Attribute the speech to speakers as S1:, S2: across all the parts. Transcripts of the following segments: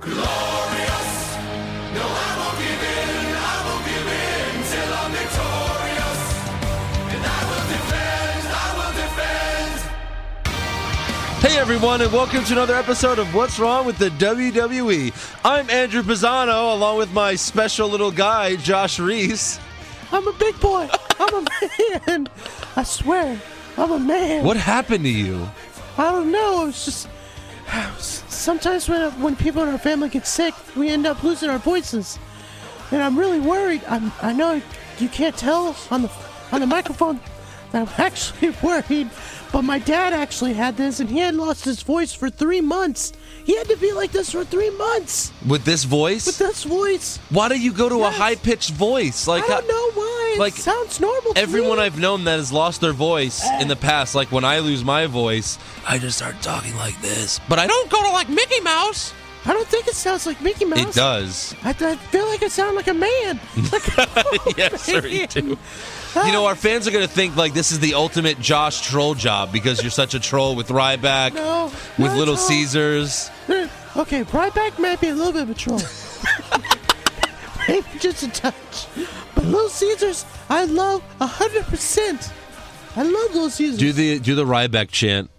S1: glorious. No, I won't give in. I won't give in till I'm victorious. And I will defend. I will defend.
S2: Hey everyone, and welcome to another episode of What's Wrong with the WWE. I'm Andrew Pisano, along with my special little guy, Josh Reese.
S3: I'm a big boy. I'm a man. I swear, I'm a man.
S2: What happened to you?
S3: I don't know. It's just sometimes when when people in our family get sick, we end up losing our voices, and I'm really worried. I'm I know you can't tell on the on the microphone that I'm actually worried. But my dad actually had this, and he had lost his voice for three months. He had to be like this for three months
S2: With this voice?
S3: with this voice.
S2: Why do you go to
S3: Yes.
S2: a high pitched voice? Like
S3: I
S2: how-
S3: don't know why. It
S2: like,
S3: sounds normal. To
S2: everyone
S3: me.
S2: I've known that has lost their voice in the past, like when I lose my voice, I just start talking like this. But I don't go to like Mickey Mouse.
S3: I don't think it sounds like Mickey Mouse.
S2: It does.
S3: I, I feel like I sound like a man. Like,
S2: yes, sir, you do. You know, our fans are going to think like this is the ultimate Josh troll job because you're such a troll with Ryback,
S3: No,
S2: with
S3: not
S2: Little
S3: at all. Uh,
S2: Caesars.
S3: okay, Ryback might be a little bit of a troll. Maybe just a touch. But Little Caesars, I love 100%. I love Little Caesars.
S2: Do the do the Ryback chant.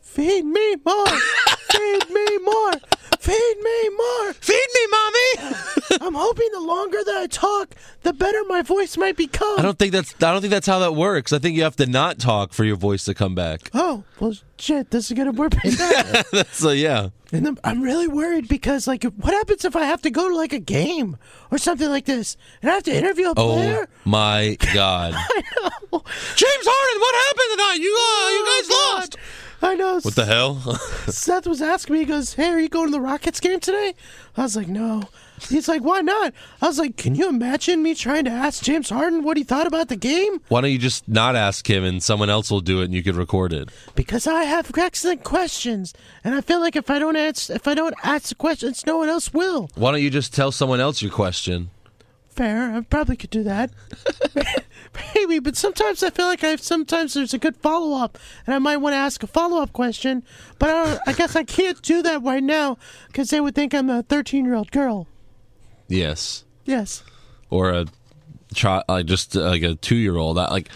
S3: Feed me more. Feed me more. Feed me more.
S2: Feed me, mommy.
S3: I'm hoping the longer that I talk, the better my voice might become.
S2: I don't think that's I don't think that's how that works. I think you have to not talk for your voice to come back.
S3: oh, well, shit, this is going to work me back.
S2: so uh, yeah,
S3: And I'm, I'm really worried because, like, what happens if I have to go to like a game or something like this, and I have to interview a
S2: oh
S3: player?
S2: my god. James Harden, what happened tonight? You uh, you guys
S3: Oh,
S2: lost.
S3: God. I know.
S2: What the hell?
S3: Seth was asking me, he goes, Hey, are you going to the Rockets game today? I was like, No. He's like, Why not? I was like, Can you imagine me trying to ask James Harden what he thought about the game?
S2: Why don't you just not ask him and someone else will do it and you could record it?
S3: Because I have excellent questions, and I feel like if I don't answer, if I don't ask the questions, no one else will.
S2: Why don't you just tell someone else your question?
S3: Fair. I probably could do that. Maybe, but sometimes I feel like I sometimes there's a good follow up, and I might want to ask a follow up question, but I, don't, I guess I can't do that right now because they would think I'm a 13 year old girl.
S2: Yes.
S3: Yes,
S2: Or a child, like just uh, like a two year old. I Like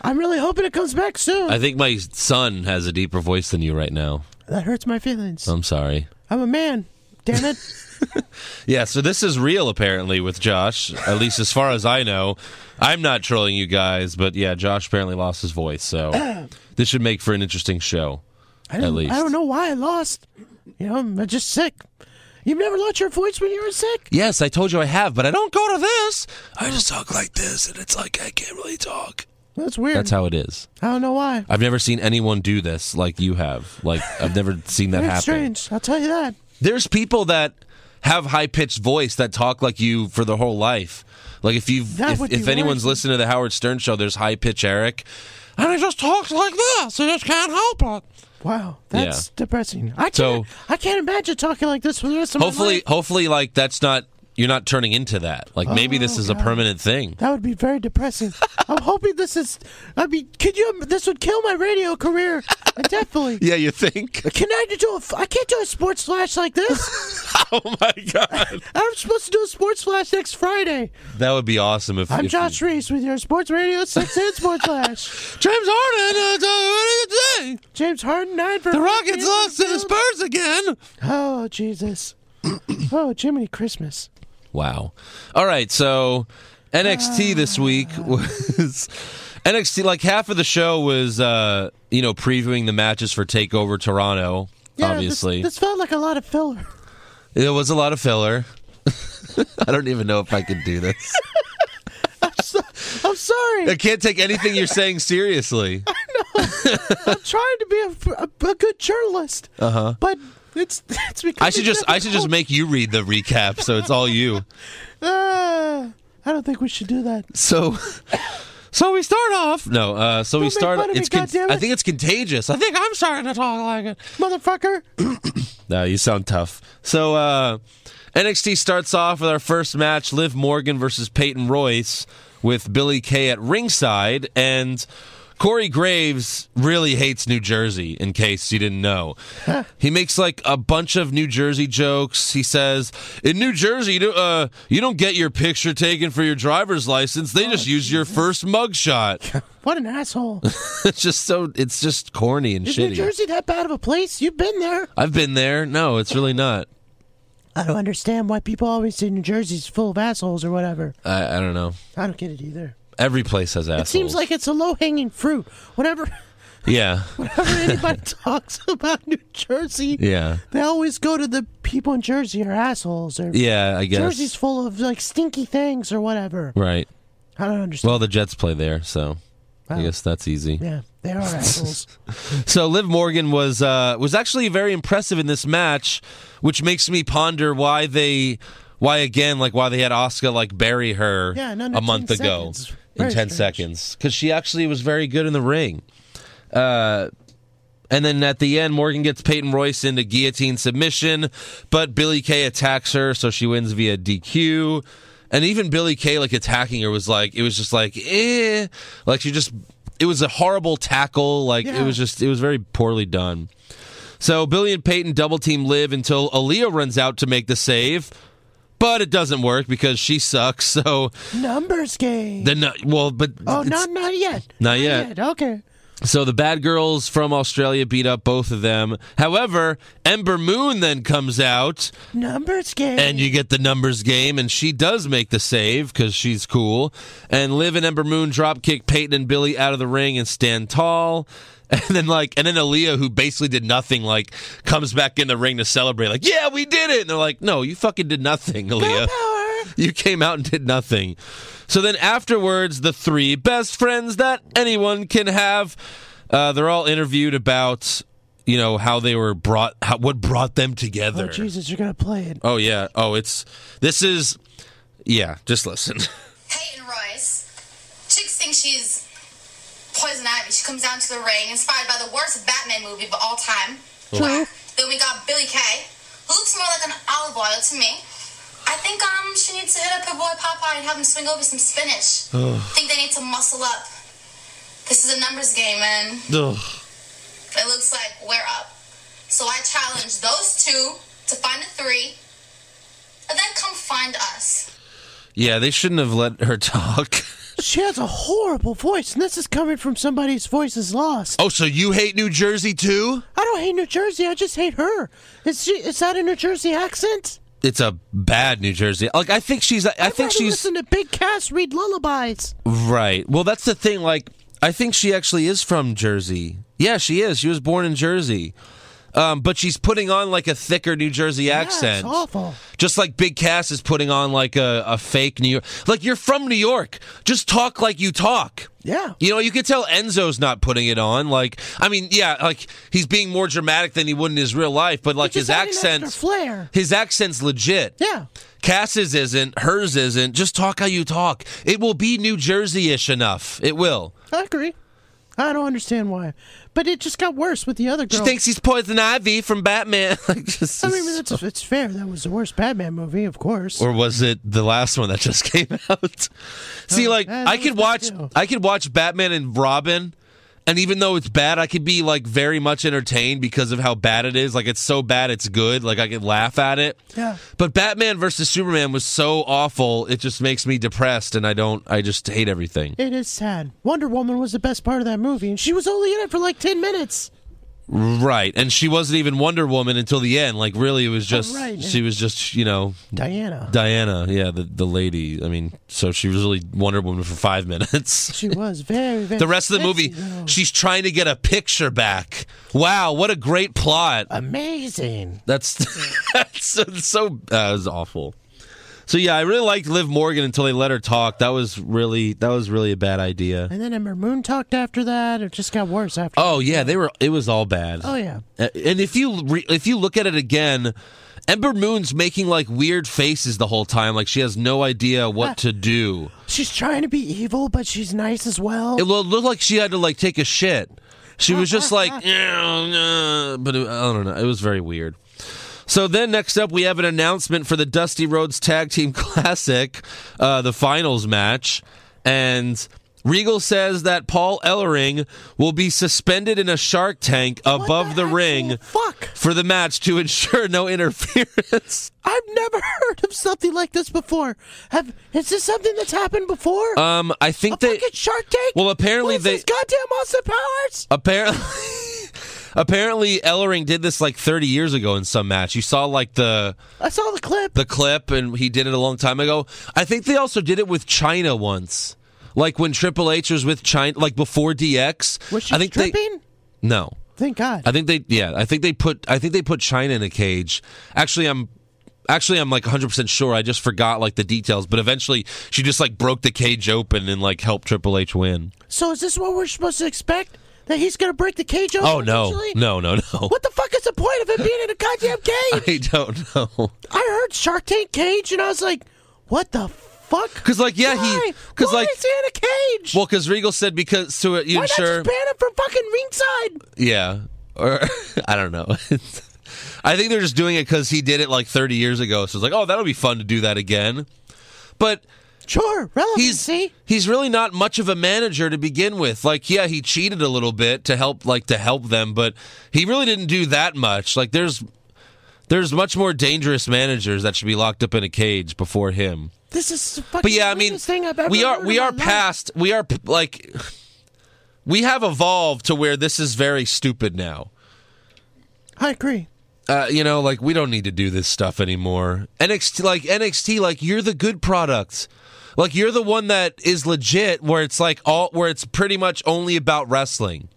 S3: I'm really hoping it comes back soon.
S2: I think my son has a deeper voice than you right now.
S3: that hurts my feelings.
S2: I'm sorry.
S3: I'm a man. Damn it.
S2: Yeah, so this is real apparently with Josh, at least as far as I know. I'm not trolling you guys, but yeah, Josh apparently lost his voice, so this should make for an interesting show.
S3: I
S2: At
S3: don't,
S2: least.
S3: I don't know why I lost. You know, I'm just sick. You've never lost your voice when you were sick?
S2: Yes, I told you I have, but I don't go to this. I just talk like this, and it's like I can't really talk.
S3: That's weird.
S2: That's how it is.
S3: I don't know why.
S2: I've never seen anyone do this like you have. Like I've never seen that
S3: Very
S2: happen.
S3: strange. I'll tell you that.
S2: There's people that have high pitched voice that talk like you for their whole life. Like if you
S3: That
S2: if,
S3: would be
S2: if anyone's
S3: worse.
S2: listened to the Howard Stern show, there's high pitch Eric, and he just talks like this. He just can't help it.
S3: Wow,
S2: Yeah.
S3: that's depressing. I can't.
S2: So-
S3: I can't imagine talking like this for the rest of my
S2: Hopefully,
S3: life.
S2: hopefully, like that's not you're not turning into that. Like maybe this is a permanent thing.
S3: That would be very depressing. I'm hoping this is. I mean, could you? This would kill my radio career. Definitely.
S2: Yeah, you think?
S3: Can I do a? I can't do a sports flash like this.
S2: oh my god,
S3: I'm supposed to do a sports flash next Friday.
S2: that would be awesome. If
S3: I'm
S2: if
S3: Josh Reese with your sports radio six and sports flash.
S2: you- James Harden. Uh, what do you think?
S3: James Harden nine for
S2: The Rockets lost to the Spurs again.
S3: Oh Jesus. oh Jiminy Christmas.
S2: Wow. All right, so
S3: Ah.
S2: NXT this week was NXT like half of the show was uh, you know, previewing the matches for Takeover Toronto,
S3: Yeah, this-
S2: obviously.
S3: this felt like a lot of filler.
S2: It was a lot of filler. I don't even know if I could do this.
S3: I'm sorry.
S2: I can't take anything you're saying seriously.
S3: I'm trying to be a, a- a good journalist. Uh-huh. But it's it's because
S2: I should just I should just make you read the recap so it's all you.
S3: Uh, I don't think we should do that.
S2: So So we start off. No, uh so we
S3: Don't make
S2: start
S3: fun of me,
S2: it's con-
S3: goddammit.
S2: I think it's contagious. I think I'm starting to talk like it.
S3: Motherfucker.
S2: No, you sound tough. So uh, NXT starts off with our first match: Liv Morgan versus Peyton Royce, with Billy Kay at ringside, and Corey Graves really hates New Jersey, in case you didn't know. he makes like a bunch of New Jersey jokes. He says, In New Jersey, you don't, uh, you don't get your picture taken for your driver's license,
S3: Oh,
S2: they just use your first mugshot.
S3: What an asshole.
S2: it's just so, it's just corny and
S3: Is
S2: shitty.
S3: New Jersey that bad of a place? You've been there.
S2: I've been there. No, it's really not.
S3: I don't understand why people always say New Jersey's full of assholes or whatever.
S2: I, I don't know.
S3: I don't get it either.
S2: Every place has assholes.
S3: It seems like it's a low hanging fruit. Whenever,
S2: yeah,
S3: whenever anybody talks about New Jersey,
S2: yeah,
S3: they always go to the people in Jersey are assholes or
S2: yeah. I guess
S3: Jersey's full of like stinky things or whatever.
S2: right.
S3: I don't understand.
S2: Well, the Jets play there, so I
S3: Wow.
S2: guess that's easy.
S3: yeah, they are assholes.
S2: So Liv Morgan was uh, was actually very impressive in this match, which makes me ponder why they why again like why they had Oscar like bury her
S3: Yeah, in under
S2: a month
S3: 10
S2: ago
S3: seconds.
S2: in
S3: Very
S2: ten
S3: strange.
S2: seconds because she actually was very good in the ring. Uh, and then at the end, Morgan gets Peyton Royce into guillotine submission, but Billy Kay attacks her, so she wins via DQ. And even Billy Kay, like attacking her, was like it was just like eh, like she just it was a horrible tackle. Like it
S3: Yeah.
S2: was just it was very poorly done. So Billy and Peyton double team live until Aaliyah runs out to make the save, but it doesn't work because she sucks. So
S3: Numbers game.
S2: then well, but
S3: oh,
S2: it's-
S3: not not yet.
S2: Not yet.
S3: Okay.
S2: so the bad girls from Australia beat up both of them. However, Ember Moon then comes out
S3: Numbers game.
S2: and you get the numbers game, and she does make the save because she's cool. And Liv and Ember Moon drop kick Peyton and Billy out of the ring and stand tall. And then like and then Aaliyah, who basically did nothing, like comes back in the ring to celebrate, like, yeah, we did it. And they're like, No, you fucking did nothing, Aaliyah.
S3: power. Oh,
S2: You came out and did nothing. So then afterwards, the three best friends that anyone can have, uh, they're all interviewed about, you know, how they were brought, how, what brought them
S3: Oh
S2: together.
S3: Jesus, you're gonna play it.
S2: Oh, yeah. Oh, it's, this is, yeah, just listen.
S4: Peyton Royce. Chicks think she's Poison Ivy. She comes down to the ring, inspired by the worst Batman movie of all time. Black. Then we got Billy Kay, who looks more like an olive oil to me. I think um she needs to hit up her boy Popeye and have him swing over some spinach. think they need to muscle up. This is a numbers game, man.
S2: Ugh.
S4: It looks like we're up. So I challenge those two to find a three, and then come find us.
S2: Yeah, they shouldn't have let her talk.
S3: She has a horrible voice, and this is coming from somebody whose voice is lost.
S2: Oh, so you hate New Jersey too?
S3: I don't hate New Jersey. I just hate her. Is she? Is that a New Jersey accent?
S2: It's a bad New Jersey. Like I think she's. I,
S3: I'd
S2: think
S3: rather
S2: she's.
S3: listen to Big Cass read lullabies.
S2: Right. Well, that's the thing. Like, I think she actually is from Jersey. Yeah, she is. She was born in Jersey. Um, but she's putting on like a thicker New Jersey
S3: Yeah,
S2: accent.
S3: it's awful.
S2: Just like Big Cass is putting on like a, a fake New York. Like, you're from New York. Just talk like you talk.
S3: Yeah.
S2: You know, you could tell Enzo's not putting it on. Like, I mean, yeah, like he's being more dramatic than he would in his real life, but like
S3: Just
S2: his
S3: add an extra
S2: accent's
S3: flair.
S2: his accent's legit.
S3: Yeah.
S2: Cass's isn't, hers isn't. Just talk how you talk. It will be New Jersey ish enough. It will.
S3: I agree. I don't understand why, but it just got worse with the other
S2: She
S3: girl.
S2: thinks he's Poison Ivy from Batman. Like, just-
S3: I mean, that's it's fair. That was the worst Batman movie, of course.
S2: or was it the last one that just came out? See,
S3: Oh,
S2: like
S3: yeah,
S2: I
S3: that
S2: could
S3: was bad,
S2: watch,
S3: too.
S2: I could watch Batman and Robin, and even though it's bad, I could be like very much entertained because of how bad it is. Like it's so bad, it's good. Like I could laugh at it.
S3: Yeah.
S2: But Batman versus Superman was so awful, it just makes me depressed, and I don't. I just hate everything.
S3: it is sad. Wonder Woman was the best part of that movie, and she was only in it for like ten minutes.
S2: Right, and she wasn't even Wonder Woman until the end. Like, really, it was just
S3: Oh, right.
S2: she was just you know
S3: Diana.
S2: Diana, yeah, the the lady. I mean, so she was really Wonder Woman for five minutes.
S3: she was very, very.
S2: The rest of the movie,
S3: sexy, though.
S2: she's trying to get a picture back. Wow, what a great plot!
S3: amazing.
S2: That's that's so, so that was awful. So yeah, I really liked Liv Morgan until they let her talk. That was really that was really a bad idea.
S3: And then Ember Moon talked after that. It just got worse after.
S2: Oh yeah, they were. It was all bad.
S3: Oh, yeah.
S2: A- Uh, And if you re- if you look at it again, Ember Moon's making like weird faces the whole time, like she has no idea what to do.
S3: She's trying to be evil, but she's nice as well.
S2: It lo- looked like she had to like take a shit. She was just like, "Yeah, uh," but it- I don't know. It was very weird. So then next up, we have an announcement for the Dusty Rhodes Tag Team Classic, uh, the finals match, and Regal says that Paul Ellering will be suspended in a shark tank above the,
S3: actual
S2: ring
S3: Fuck.
S2: for the match to ensure no interference.
S3: I've never heard of something like this before. Have is this something that's happened before?
S2: Um, I think
S3: a
S2: they
S3: fucking Shark Tank.
S2: Well, apparently
S3: What is
S2: they-
S3: this goddamn Austin Powers.
S2: apparently apparently Ellering did this like 30 years ago in some match. You saw like the
S3: I saw the clip.
S2: the clip and he did it a long time ago. I think they also did it with China once. Like when Triple H was with China like before DX.
S3: was she
S2: I think they
S3: stripping?
S2: No.
S3: Thank God.
S2: I think they yeah, I think they put I think they put China in a cage. Actually, I'm actually I'm like 100% sure. I just forgot like the details, but eventually she just like broke the cage open and like helped Triple H win.
S3: so is this what we're supposed to expect? That he's gonna break the cage open?
S2: Oh no.
S3: eventually?
S2: No, no, no.
S3: What the fuck is the point of it being in a goddamn cage?
S2: I don't know.
S3: I heard Shark Tank cage, and I was like, what the fuck?
S2: 'Cause, like, yeah, he-
S3: Why?
S2: 'cause,
S3: Why
S2: like-
S3: is he in a cage?
S2: Well, because Regal said because to
S3: Why not
S2: ensure,
S3: just ban him from fucking ringside?
S2: yeah, or I don't know. I think they're just doing it because he did it like 30 years ago. So it's like, oh, that'll be fun to do that again. But
S3: Sure,
S2: he's
S3: relevancy.
S2: he's really not much of a manager to begin with. Like, yeah, he cheated a little bit to help like to help them, but he really didn't do that much. Like, there's there's much more dangerous managers that should be locked up in a cage before him.
S3: This is the fucking
S2: But yeah, I mean,
S3: weirdest thing I've ever
S2: we are
S3: heard
S2: we
S3: in my
S2: are
S3: life.
S2: past we are p- like we have evolved to where this is very stupid now.
S3: I agree.
S2: Uh, you know, like we don't need to do this stuff anymore. NXT, like NXT, like you're the good product. Like you're the one that is legit, where it's like all where it's pretty much only about wrestling.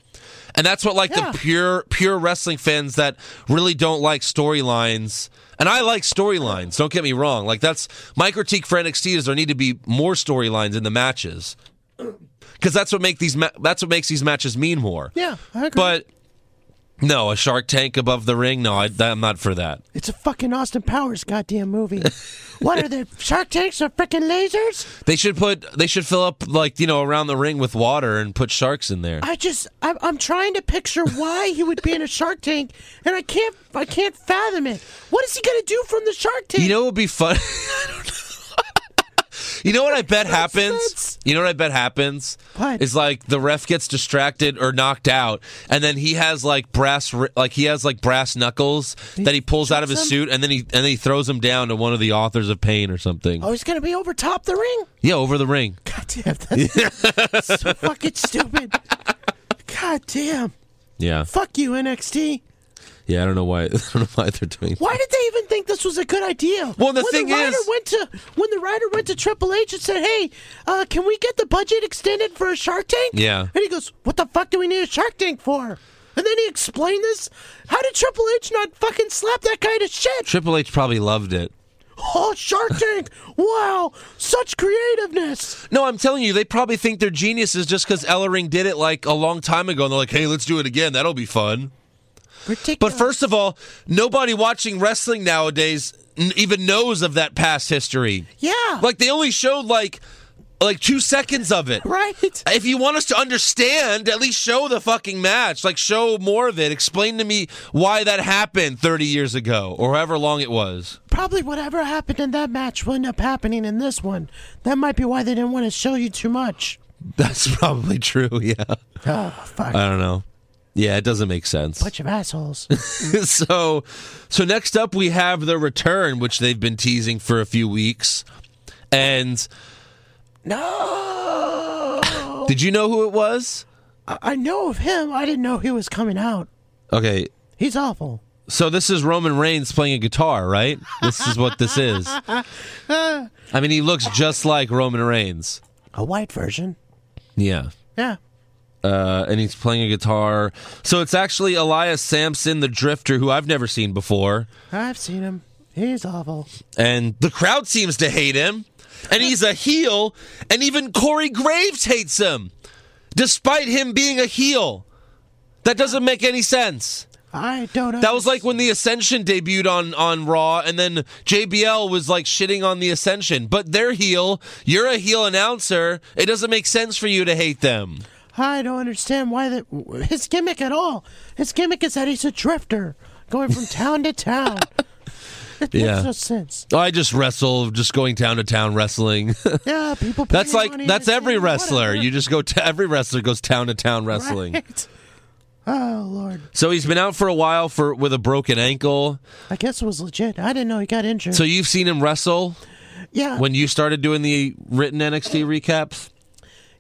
S2: And that's what like
S3: Yeah.
S2: the pure pure wrestling fans that really don't like storylines. And I like storylines, don't get me wrong. Like that's my critique for NXT is there need to be more storylines in the matches. Cuz that's what make these ma- that's what makes these matches mean more.
S3: Yeah, I agree.
S2: But no, a shark tank above the ring? No, I, I'm not for that.
S3: it's a fucking Austin Powers goddamn movie. what are the Shark Tanks or freaking lasers?
S2: They should put they should fill up like, you know, around the ring with water and put sharks in there.
S3: I just I'm, I'm trying to picture why he would be in a Shark Tank, and I can't I can't fathom it. What is he gonna do from the Shark Tank?
S2: You know what would be fun? I don't know. you know what I bet happens?
S3: sense.
S2: You know what I bet happens?
S3: What?
S2: Is like the ref gets distracted or knocked out, and then he has like brass, ri- like he has like brass knuckles that he pulls out of his
S3: chucks 'em?
S2: suit, and then he and then he throws them down to one of the authors of pain or something.
S3: oh, he's gonna be over top the ring.
S2: Yeah, over the ring.
S3: God damn, that's so fucking stupid. God damn.
S2: Yeah,
S3: Fuck you, NXT.
S2: yeah. I don't know why. I don't know why they're doing.
S3: Why did they even think this was a good idea?
S2: Well, the
S3: when
S2: thing
S3: the writer
S2: is-
S3: went to when the writer went to Triple H and said, "Hey, uh, can we get the budget extended for a Shark Tank?"
S2: Yeah.
S3: and he goes, "What the fuck do we need a Shark Tank for?" And then he explained this. How did Triple H not fucking slap that guy to shit?
S2: Triple H probably loved it.
S3: Oh, Shark Tank! wow, such creativeness.
S2: No, I'm telling you, they probably think they're geniuses just because Ellering did it like a long time ago, and they're like, "Hey, let's do it again. That'll be fun." But
S3: Ridiculous.
S2: first of all, nobody watching wrestling nowadays n- even knows of that past history.
S3: yeah,
S2: Like they only showed like like 2 seconds of it.
S3: right.
S2: If you want us to understand, at least show the fucking match. Like show more of it. Explain to me why that happened 30 years ago or however long it was.
S3: Probably whatever happened in that match will end up happening in this one. That might be why they didn't want to show you too much.
S2: That's probably true, yeah.
S3: Oh,
S2: Uh,
S3: fuck.
S2: I don't know. Yeah, it doesn't make sense.
S3: Bunch of assholes.
S2: so so next up we have the return which they've been teasing for a few weeks. And
S3: No!
S2: Did you know who it was?
S3: I I know of him. I didn't know he was coming out.
S2: Okay,
S3: He's awful.
S2: so this is Roman Reigns playing a guitar, right? This is what this is. I mean, he looks just like Roman Reigns.
S3: A white version.
S2: Yeah.
S3: Yeah.
S2: Uh, and he's playing a guitar. So it's actually Elias Sampson, the drifter, who I've never seen before.
S3: I've seen him. He's awful.
S2: And the crowd seems to hate him. And he's a heel. And even Corey Graves hates him, despite him being a heel. That doesn't make any sense.
S3: I don't know.
S2: That was like when the Ascension debuted on on Raw, and then JBL was like shitting on the Ascension. But they're heel. You're a heel announcer. It doesn't make sense for you to hate them.
S3: I don't understand why that his gimmick at all. His gimmick is that he's a drifter, going from town to town. That
S2: Yeah.
S3: makes no sense.
S2: Oh, I just wrestle, just going town to town wrestling.
S3: Yeah, people. pay
S2: that's
S3: their
S2: like
S3: money
S2: that's
S3: to see
S2: every
S3: it,
S2: wrestler.
S3: whatever.
S2: You just go to every wrestler goes town to town wrestling.
S3: Right. Oh lord,
S2: So he's been out for a while for with a broken ankle.
S3: I guess it was legit. I didn't know he got injured.
S2: So you've seen him wrestle
S3: yeah,
S2: when you started doing the written NXT recaps.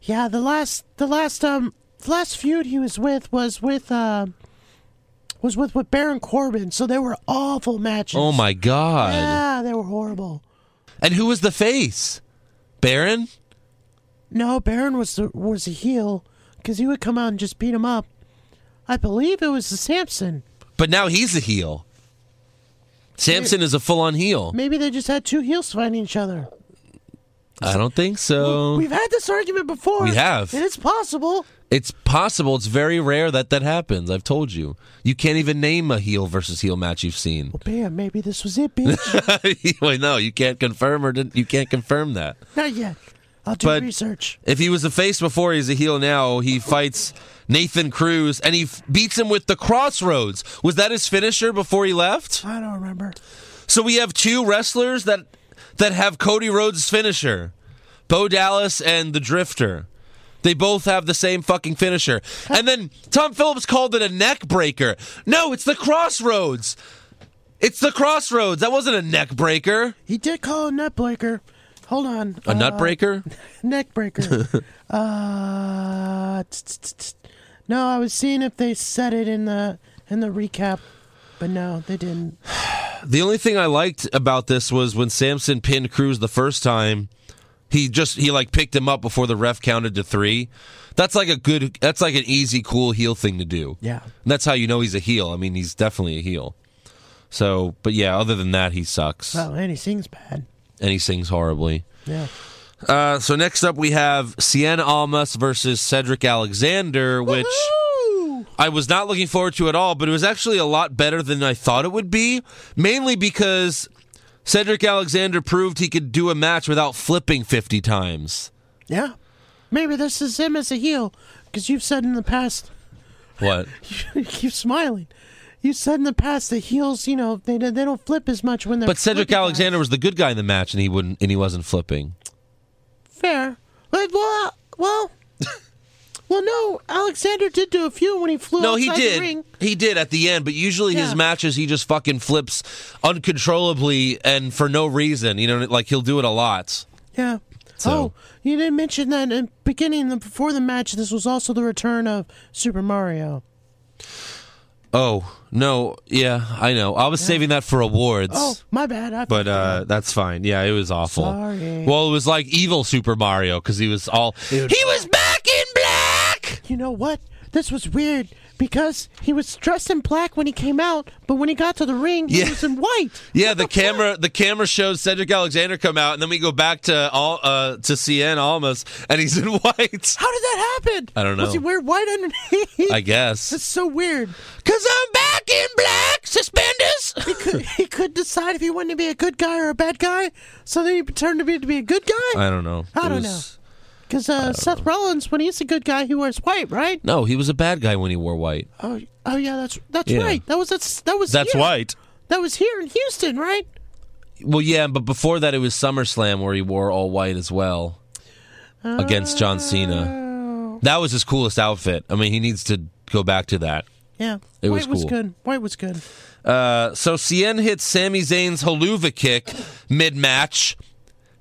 S3: yeah. The last, the last, um, the last feud he was with was with, uh, was with with Baron Corbin. So they were awful matches.
S2: Oh my god!
S3: Yeah, they were horrible.
S2: And who was the face? Baron.
S3: No, Baron was the, was a heel because he would come out and just beat him up. I believe it was the Samson.
S2: But now he's a heel. Samson is a full on heel.
S3: Maybe they just had two heels fighting each other.
S2: I don't think so.
S3: We've had this argument before.
S2: Um, We have.
S3: And it's possible.
S2: It's possible. It's very rare that that happens. I've told you. You can't even name a heel versus heel match you've seen.
S3: Bam, maybe this was it, bitch.
S2: Well, no, you can't confirm or didn't, you can't confirm that.
S3: Not yet. I'll do
S2: But-
S3: research.
S2: If he was a face before, he's a heel now. He fights Nathan Cruz and he f- beats him with the crossroads. Was that his finisher before he left?
S3: I don't remember.
S2: So we have two wrestlers that that have Cody Rhodes' finisher, Bo Dallas and the Drifter. They both have the same fucking finisher. And then Tom Phillips called it a neck breaker. No, it's the crossroads. It's the crossroads. That wasn't a neck breaker.
S3: He did call a nut breaker. Hold on. Uh,
S2: A nut breaker?
S3: Neck breaker. uh, t- t- t- t- no, I was seeing if they said it in the in the recap, but no, they didn't.
S2: The only thing I liked about this was when Samson pinned Cruz the first time, he just he like picked him up before the ref counted to three. That's like a good that's like an easy, cool heel thing to do.
S3: Yeah.
S2: And that's how you know he's a heel. I mean, he's definitely a heel. So but yeah, other than that, he sucks.
S3: Oh, and he sings bad.
S2: And he sings horribly.
S3: Yeah.
S2: Uh, so next up we have Sienna Almas versus Cedric Alexander, which
S3: Woo!
S2: I was not looking forward to at all, but it was actually a lot better than I thought it would be, mainly because Cedric Alexander proved he could do a match without flipping 50 times.
S3: Yeah. Maybe this is him as a heel, because you've said in the past
S2: What?
S3: you keep smiling. You said in the past that heels, you know, they they don't flip as much when they're.
S2: But Cedric
S3: flipping guys.
S2: Alexander was the good guy in the match and he wouldn't and he wasn't flipping.
S3: fair. But, well, uh, well, well, no. Alexander did do a few when he flew.
S2: No, he
S3: outside The
S2: did.
S3: ring.
S2: He did at the end, but usually his
S3: Yeah.
S2: matches he just fucking flips uncontrollably and for no reason. You know, like he'll do it a lot.
S3: Yeah.
S2: So-
S3: Oh, you didn't mention that in beginning the- before the match. This was also the return of Super Mario.
S2: Oh, no. Yeah, I know. I was saving that for awards.
S3: Oh, my bad. I
S2: But uh, that's fine. Yeah, it was awful.
S3: Sorry.
S2: Well, it was like evil Super Mario because he was all. He was back in black.
S3: You know what? This was weird because he was dressed in black when he came out, but when he got to the ring, he
S2: Yeah.
S3: was in white.
S2: Yeah, the camera the camera shows Cedric Alexander come out, and then we go back to all uh, to CN almost, and he's in white.
S3: How did that happen?
S2: I don't
S3: Was he
S2: know.
S3: wearing white underneath?
S2: I
S3: That's
S2: guess.
S3: so weird.
S2: Cause I'm back in black
S3: He
S2: suspenders.
S3: could, he could decide if he wanted to be a good guy or a bad guy, so then he turned to be to be a good guy.
S2: I don't know.
S3: I
S2: It
S3: don't
S2: was-
S3: Because uh, Seth Rollins, when he's a good guy, he wears white, right?
S2: No, he was a bad guy when he wore white.
S3: Oh, oh yeah, that's that's
S2: Yeah.
S3: right. That was that's that was
S2: That's
S3: here.
S2: white.
S3: That was here in Houston, right?
S2: Well, yeah, but before that, it was SummerSlam where he wore all white as well against John Cena. That was his coolest outfit. I mean, he needs to go back to that.
S3: Yeah,
S2: It
S3: white
S2: was
S3: was
S2: cool.
S3: good. White was good.
S2: Uh, so Cien hits Sami Zayn's haluva kick mid match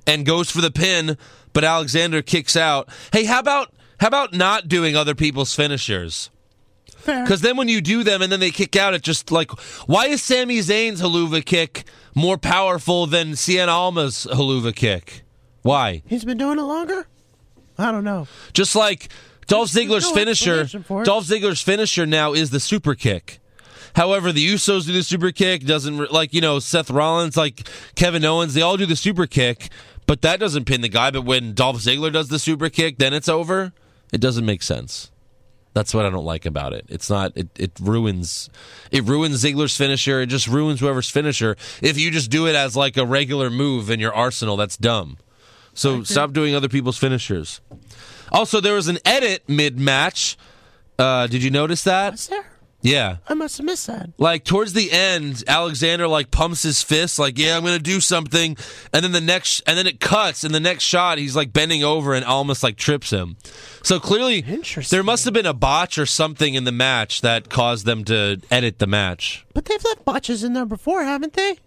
S2: and goes for the pin, but Alexander kicks out. Hey, how about how about not doing other people's finishers?
S3: Fair.
S2: Because then when you do them and then they kick out, it just like why is Sami Zayn's haluva kick more powerful than Cien Alma's haluva kick? Why?
S3: He's been doing it longer. I don't know.
S2: Just like Dolph Ziggler's
S3: no
S2: finisher,
S3: explanation for it.
S2: Dolph Ziggler's finisher now is the super kick. However, the Usos do the super kick. Doesn't re- like you know Seth Rollins, like Kevin Owens, they all do the super kick, but that doesn't pin the guy. But when Dolph Ziggler does the super kick, then it's over. It doesn't make sense. That's what I don't like about it. It's not. It, it ruins. It ruins Ziggler's finisher. It just ruins whoever's finisher. If you just do it as like a regular move in your arsenal, that's dumb. So stop doing other people's finishers. Also, there was an edit mid match. Uh, did you notice that?
S3: Is there?
S2: Yeah.
S3: I must have missed that.
S2: Like towards the end, Alexander like pumps his fist, like, yeah, I'm gonna do something. And then the next and then it cuts, and the next shot he's like bending over and almost like trips him. So clearly
S3: Interesting.
S2: there must have been a botch or something in the match that caused them to edit the match.
S3: But they've left botches in there before, haven't they?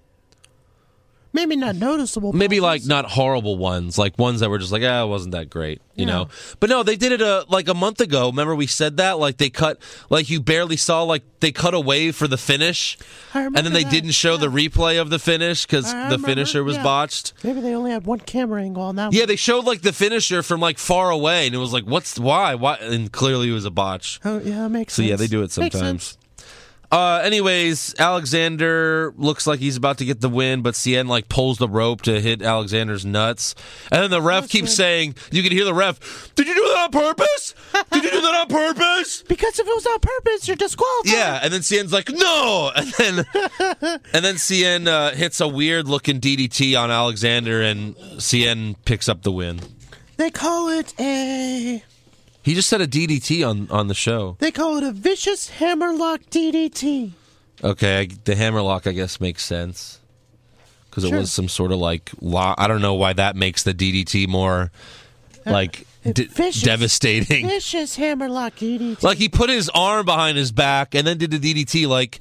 S3: Maybe not noticeable.
S2: Maybe like
S3: botches.
S2: not horrible ones, like ones that were just like, ah, it wasn't that great, you
S3: Yeah.
S2: know. But no, they did it a, like a month ago. Remember we said that? Like they cut like you barely saw like they cut away for the finish.
S3: I
S2: And then
S3: remember
S2: they
S3: that,
S2: didn't show the
S3: yeah.
S2: replay of the finish because
S3: I
S2: the
S3: remember,
S2: finisher was
S3: yeah.
S2: botched.
S3: Maybe they only had one camera angle on that.
S2: Yeah, they showed like the finisher from like far away, and it was like, "What's why? Why?" And clearly, it was a botch.
S3: One. Oh, yeah, that makes
S2: So
S3: sense.
S2: yeah, they do it
S3: Makes
S2: sometimes.
S3: sense.
S2: Uh, anyways, Alexander looks like he's about to get the win, but Cien like pulls the rope to hit Alexander's nuts, and then the ref keeps saying, "You can hear the ref. Did you do that on purpose? Did you do that on purpose?"
S3: Because if it was on purpose, you're disqualified.
S2: Yeah, and then Cien's like, "No," and then and then Cien uh, hits a weird looking DDT on Alexander, and Cien picks up the win.
S3: They call it a.
S2: He just said a DDT on on the show.
S3: They call it a vicious hammerlock DDT.
S2: Okay, I, the hammerlock I guess makes sense because it
S3: Sure.
S2: was some sort of like lo- I don't know why that makes the DDT more like de-
S3: vicious.
S2: devastating.
S3: Vicious hammerlock DDT.
S2: Like he put his arm behind his back and then did the DDT. Like,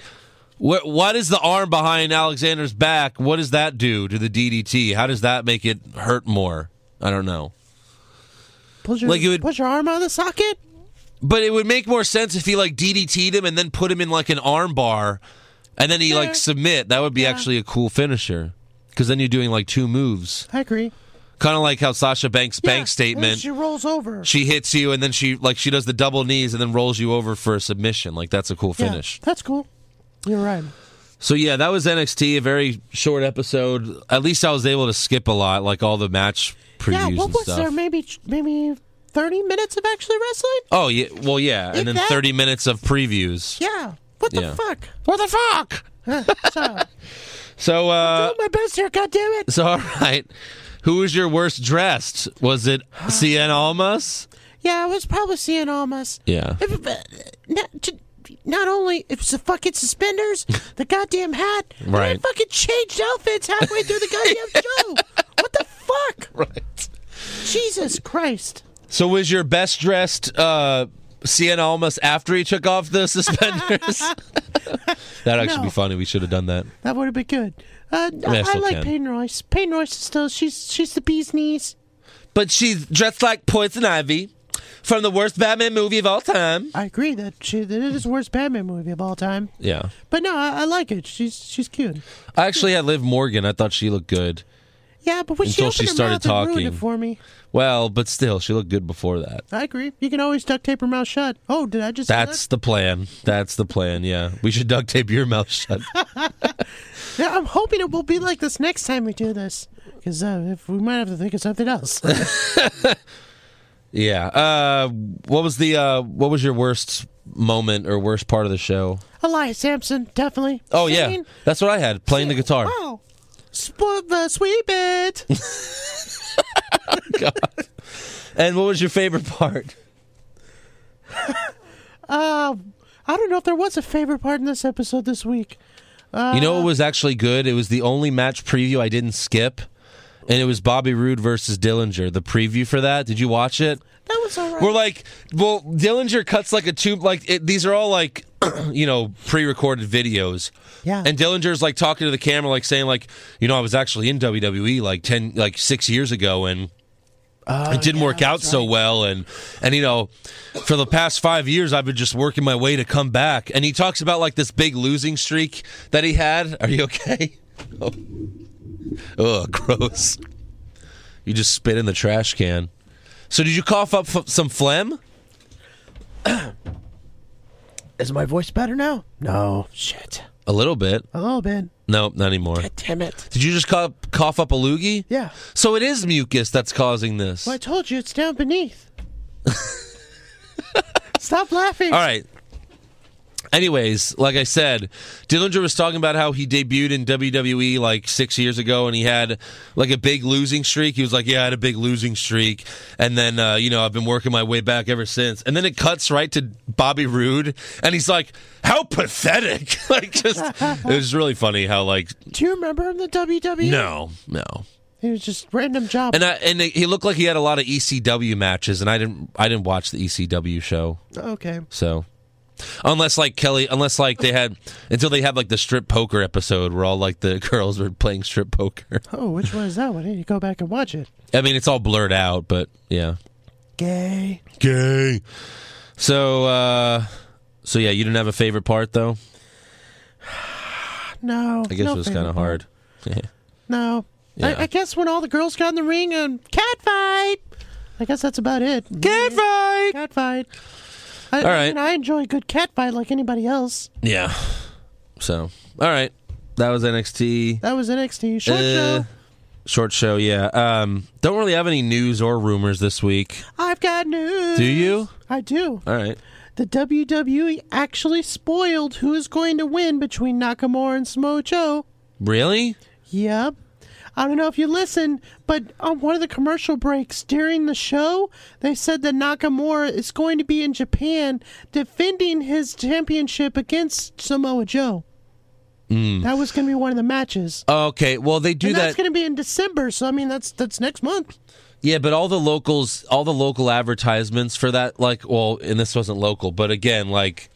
S2: wh- what is the arm behind Alexander's back? What does that do to the DDT? How does that make it hurt more? I don't know.
S3: Pulls your,
S2: like it would-
S3: pulls your arm out of the socket.
S2: But it would make more sense if he like DDT'd him and then put him in like an arm bar and then he like submit. That would be actually a cool finisher. Because then you're doing like two moves.
S3: I agree.
S2: Kind of like how Sasha Banks'
S3: Yeah,
S2: bank statement.
S3: She rolls over.
S2: She hits you and then she like she does the double knees and then rolls you over for a submission. Like that's a cool
S3: Yeah,
S2: finish.
S3: that's cool. You're right.
S2: So yeah, that was NXT, a very short episode. At least I was able to skip a lot, like all the match previews
S3: Yeah, what
S2: and
S3: was
S2: stuff.
S3: there? Maybe maybe 30 minutes of actually wrestling?
S2: oh yeah, well yeah,
S3: If
S2: and then
S3: that-
S2: 30 minutes of previews.
S3: Yeah. What the
S2: Yeah.
S3: fuck?
S2: What the fuck?
S3: So,
S2: So uh
S3: do my best here, goddammit.
S2: So all right, who was your worst dressed? Was it Cien Almas?
S3: Yeah, I was probably seeing Almas.
S2: Yeah.
S3: If, uh, not, to- not only it was the fucking suspenders, the goddamn hat, and I
S2: Right.
S3: fucking changed outfits halfway through the goddamn show. What the fuck?
S2: Right.
S3: Jesus Christ.
S2: So was your best dressed uh, Cien Almas after he took off the suspenders? That'd actually be
S3: No.
S2: funny. We should have done that.
S3: That would have been good. Uh,
S2: I
S3: I, I
S2: still
S3: like
S2: can.
S3: Peyton Royce. Peyton Royce is still she's she's the bee's knees.
S2: But she's dressed like Poison Ivy from the worst Batman movie of all time.
S3: I agree that she that it is the worst Batman movie of all time.
S2: Yeah.
S3: But no, I, I like it. She's she's cute.
S2: I actually had Liv Morgan. I thought she looked good.
S3: Yeah, but when she
S2: Until
S3: opened
S2: she
S3: her
S2: started
S3: mouth, it ruined
S2: talking.
S3: it for me.
S2: Well, but still, she looked good before that.
S3: I agree. You can always duct tape her mouth shut. Oh, did I just? say
S2: That's the plan. That's the plan. Yeah. We should duct tape your mouth shut.
S3: that? Yeah, I'm hoping it will be like this next time we do this, because uh, if we might have to think of something else.
S2: Yeah. Uh, what was the uh, what was your worst moment or worst part of the show?
S3: Elias Sampson, definitely.
S2: Oh yeah,
S3: Singing.
S2: that's what I had playing the guitar.
S3: Wow. Sp- uh, sweep it.
S2: And what was your favorite part?
S3: I don't know if there was a favorite part in this episode this week.
S2: you know, it was actually good. It was the only match preview I didn't skip, and it was Bobby Roode versus Dillinger. The preview for that. Did you watch it?
S3: That was all right.
S2: We're like, well, Dillinger cuts like a tube. Like it, these are all like, you know, pre-recorded videos.
S3: Yeah.
S2: And Dillinger's like talking to the camera, like saying, like, you know, I was actually in WWE like ten, like six years ago, and it didn't work out so well, and and you know, for the past five years, I've been just working my way to come back. And he talks about like this big losing streak that he had. Are you okay? Oh, Ugh, gross. You just spit in the trash can. So did you cough up f- some phlegm?
S3: Is my voice better now? No. Shit.
S2: A little bit.
S3: A little bit.
S2: No, not anymore.
S3: Damn it.
S2: Did you just cough, cough up a loogie?
S3: Yeah.
S2: So it is mucus that's causing this.
S3: Well, I told you it's down beneath. Stop laughing.
S2: All right. Anyways, like I said, Dillinger was talking about how he debuted in WWE like six years ago and he had like a big losing streak. He was like, Yeah, I had a big losing streak. And then, uh, you know, I've been working my way back ever since. And then it cuts right to Bobby Roode and he's like, How pathetic. like, just, it was really funny how, like,
S3: Do you remember him, the WWE?
S2: no, no.
S3: It was just random job.
S2: And I, and he looked like he had a lot of ECW matches, and I didn't I didn't watch the ECW show.
S3: Oh, okay.
S2: So, unless like Kelly, unless like they had until they had like the strip poker episode where all like the girls were playing strip poker.
S3: Oh, which one is that one? I need to go back and watch it.
S2: I mean, it's all blurred out, but yeah.
S3: Gay.
S2: Gay. So, uh, so yeah, you didn't have a favorite part though.
S3: No.
S2: I guess
S3: no
S2: it was
S3: favorite
S2: kind of
S3: part.
S2: hard.
S3: No.
S2: Yeah.
S3: I, I guess when all the girls got in the ring and cat fight. I guess that's about it. Cat
S2: right.
S3: Cat fight. I,
S2: All
S3: I,
S2: right.
S3: mean, I enjoy a good cat fight like anybody else.
S2: Yeah. So, all right, that was NXT.
S3: That was NXT short
S2: Uh,
S3: show.
S2: Short show, yeah. Um, don't really have any news or rumors this week.
S3: I've got news.
S2: Do you?
S3: I do.
S2: All right.
S3: The WWE actually spoiled who is going to win between Nakamura and Samoa Joe.
S2: Really?
S3: Yep. I don't know if you listen, but on one of the commercial breaks during the show, they said that Nakamura is going to be in Japan defending his championship against Samoa Joe. That was going to be one of the matches.
S2: Oh, Okay. Well, they Hmm. Uh, do
S3: and
S2: that.
S3: that's going to be in December, so I mean that's that's next month.
S2: Yeah, but all the locals, all the local advertisements for that, like, well, and this wasn't local, but again, like,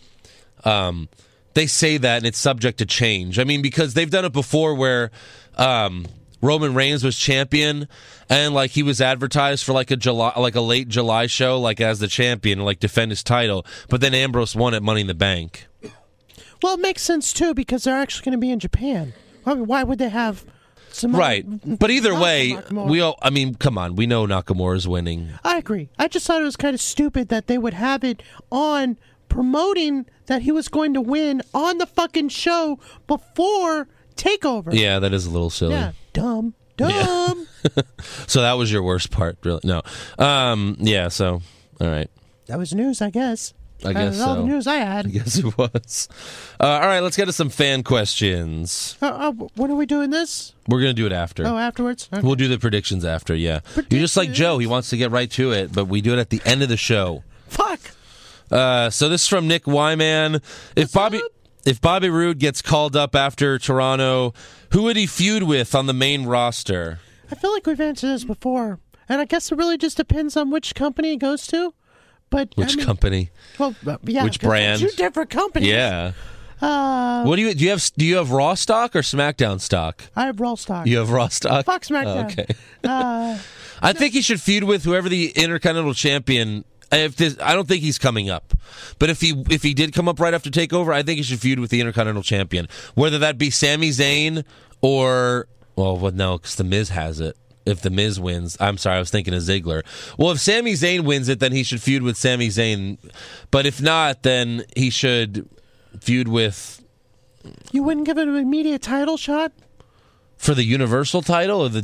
S2: um, they say that and it's subject to change. I mean, because they've done it before where, um, Roman Reigns was champion and like he was advertised for like a July, like a late July show, like as the champion, like defend his title. But then Ambrose won at Money in the Bank.
S3: Well, it makes sense too because they're actually going to be in Japan. I mean, why would they have Samoa?
S2: Right. But either
S3: Not
S2: way,
S3: Nakamura.
S2: we all, I mean, come on, we know Nakamura's winning.
S3: I agree. I just thought it was kind of stupid that they would have it on promoting that he was going to win on the fucking show before Takeover.
S2: Yeah, that is a little silly.
S3: Yeah. Dumb. Dumb.
S2: So that was your worst part, really? No. Um. Yeah. So, all right.
S3: That was news, I guess.
S2: I
S3: That
S2: guess
S3: was all
S2: so.
S3: the news I had.
S2: Yes, it was. Uh, all right. Let's get to some fan questions.
S3: Uh, uh, when are we doing this?
S2: We're gonna do it after.
S3: Oh, afterwards. Okay.
S2: We'll do the predictions after. Yeah. You're just like Joe. He wants to get right to it, but we do it at the end of the show.
S3: Fuck.
S2: Uh, so this is from Nick Wyman. If Bobby. If Bobby Roode gets called up after Toronto, who would he feud with on the main roster?
S3: I feel like we've answered this before, and I guess it really just depends on which company it goes to. But I
S2: Which
S3: mean,
S2: company?
S3: well, uh, yeah,
S2: which
S3: 'cause they're
S2: brand?
S3: Two different companies.
S2: Yeah. what do you do? You have do you have Raw stock or SmackDown stock?
S3: I have roll stock.
S2: You have Raw stock.
S3: Fuck SmackDown.
S2: Oh, okay. I think he should feud with whoever the Intercontinental Champion. If this, I don't think he's coming up, but if he if he did come up right after Takeover, I think he should feud with the Intercontinental Champion, whether that be Sami Zayn or well, well no, because the Miz has it. If the Miz wins, I'm sorry, I was thinking of Ziggler. Well, if Sami Zayn wins it, then he should feud with Sami Zayn, but if not, then he should feud with
S3: You wouldn't give it an immediate title shot?
S2: for the Universal title or the E?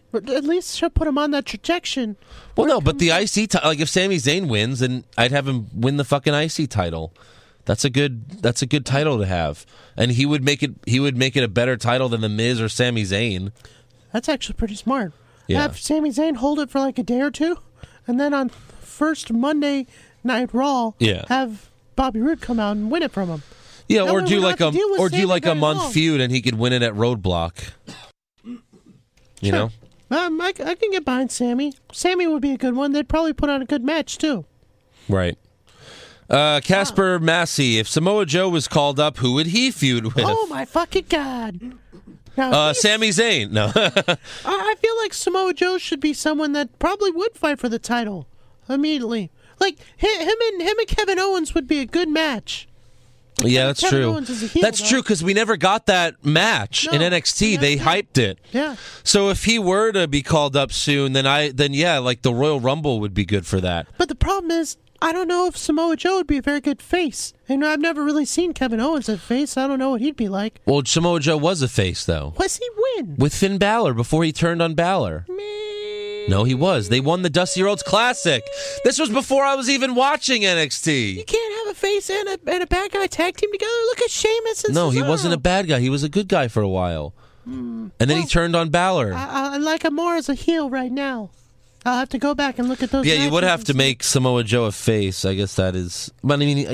S2: WWE.
S3: But at least she'll put him on that trajectory.
S2: Well, no, but the IC title. Like if Sami Zayn wins, then I'd have him win the fucking IC title. That's a good. That's a good title to have, and he would make it. He would make it a better title than the Miz or Sami Zayn.
S3: That's actually pretty smart.
S2: Yeah.
S3: Have Sami Zayn hold it for like a day or two, and then on first Monday night Raw,
S2: Yeah.
S3: have Bobby Roode come out and win it from him.
S2: Yeah,
S3: That
S2: or
S3: way we
S2: do
S3: don't
S2: like a
S3: have to deal with
S2: or do
S3: Sami
S2: like a
S3: very
S2: month
S3: long.
S2: feud, and he could win it at Roadblock. You know,
S3: Um, I, I can get behind Sammy. Sammy would be a good one. They'd probably put on a good match too.
S2: right? Uh, Casper Massey. If Samoa Joe was called up, who would he feud with?
S3: Oh my fucking god! Now,
S2: uh,
S3: he's-
S2: Sami Zayn. No.
S3: I, I feel like Samoa Joe should be someone that probably would fight for the title immediately. Like hi- him and him and Kevin Owens would be a good match.
S2: Yeah, that's
S3: Kevin
S2: true.
S3: Owens is a heel,
S2: that's
S3: though.
S2: true because we never got that match in
S3: No,
S2: NXT. They
S3: that's
S2: hyped it.
S3: Yeah.
S2: So if he were to be called up soon, then I then yeah, like the Royal Rumble would be good for that.
S3: But the problem is, I don't know if Samoa Joe would be a very good face. And I've never really seen Kevin Owens at face. I don't know what he'd be like.
S2: Well, Samoa Joe was a face though
S3: Was he win?
S2: with Finn Balor before he turned on Balor. No, he was. They won the Dusty Rhodes Classic. This was before I was even watching NXT.
S3: You can't have a a face and a, and a bad guy tag team together. Look at Sheamus and
S2: No, he
S3: Cesaro.
S2: wasn't a bad guy. He was a good guy for a while. And then he turned on Balor.
S3: Hmm. I, I like him more as a heel right now. I'll have to go back and look at those.
S2: yeah, you would
S3: matches
S2: have
S3: and
S2: to
S3: see.
S2: make Samoa Joe a face. I guess that is. But I mean, yeah, uh,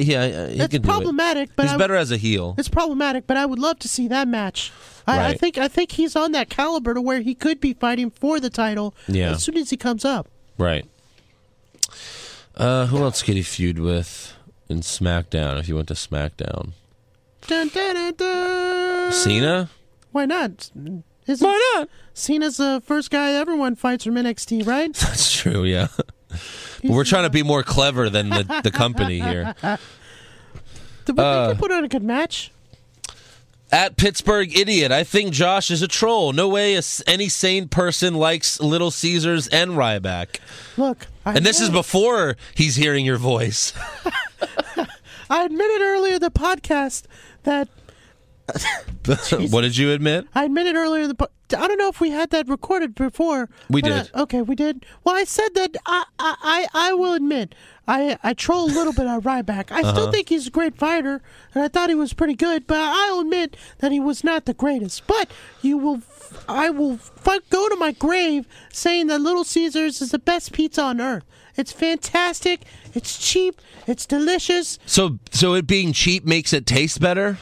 S2: he
S3: That's
S2: can do
S3: problematic,
S2: it.
S3: but
S2: he's
S3: I-
S2: better as a heel.
S3: It's problematic, but I would love to see that match. I, I
S2: Right.
S3: think I think he's on that caliber to where he could be fighting for the title
S2: Yeah.
S3: as soon as he comes up.
S2: Right. Uh, who else could he feud with in SmackDown if he went to SmackDown?
S3: Dun, dun, dun, dun.
S2: Cena?
S3: Why not? Isn't
S2: Why not?
S3: Cena's the first guy everyone fights from NXT, right?
S2: That's true, yeah. but we're trying to be more clever than the, the company here.
S3: But
S2: Uh.
S3: they could put on a good match.
S2: At Pittsburgh Idiot, I think Josh is a troll. No way a s any sane person likes Little Caesars and Ryback.
S3: Look, I
S2: And this is
S3: admit it.
S2: before he's hearing your voice.
S3: I admitted earlier in the podcast that
S2: what did you admit?
S3: I admitted earlier in the po- I don't know if we had that recorded before.
S2: We
S3: but
S2: did.
S3: I- okay, we did. Well, I said that I I, I, I will admit I, I troll a little bit on Ryback. I
S2: Uh-huh.
S3: still think he's a great fighter, and I thought he was pretty good. But I'll admit that he was not the greatest. But you will, I will fuck, go to my grave saying that Little Caesars is the best pizza on earth. It's fantastic. It's cheap. It's delicious.
S2: So, so it being cheap makes it taste better.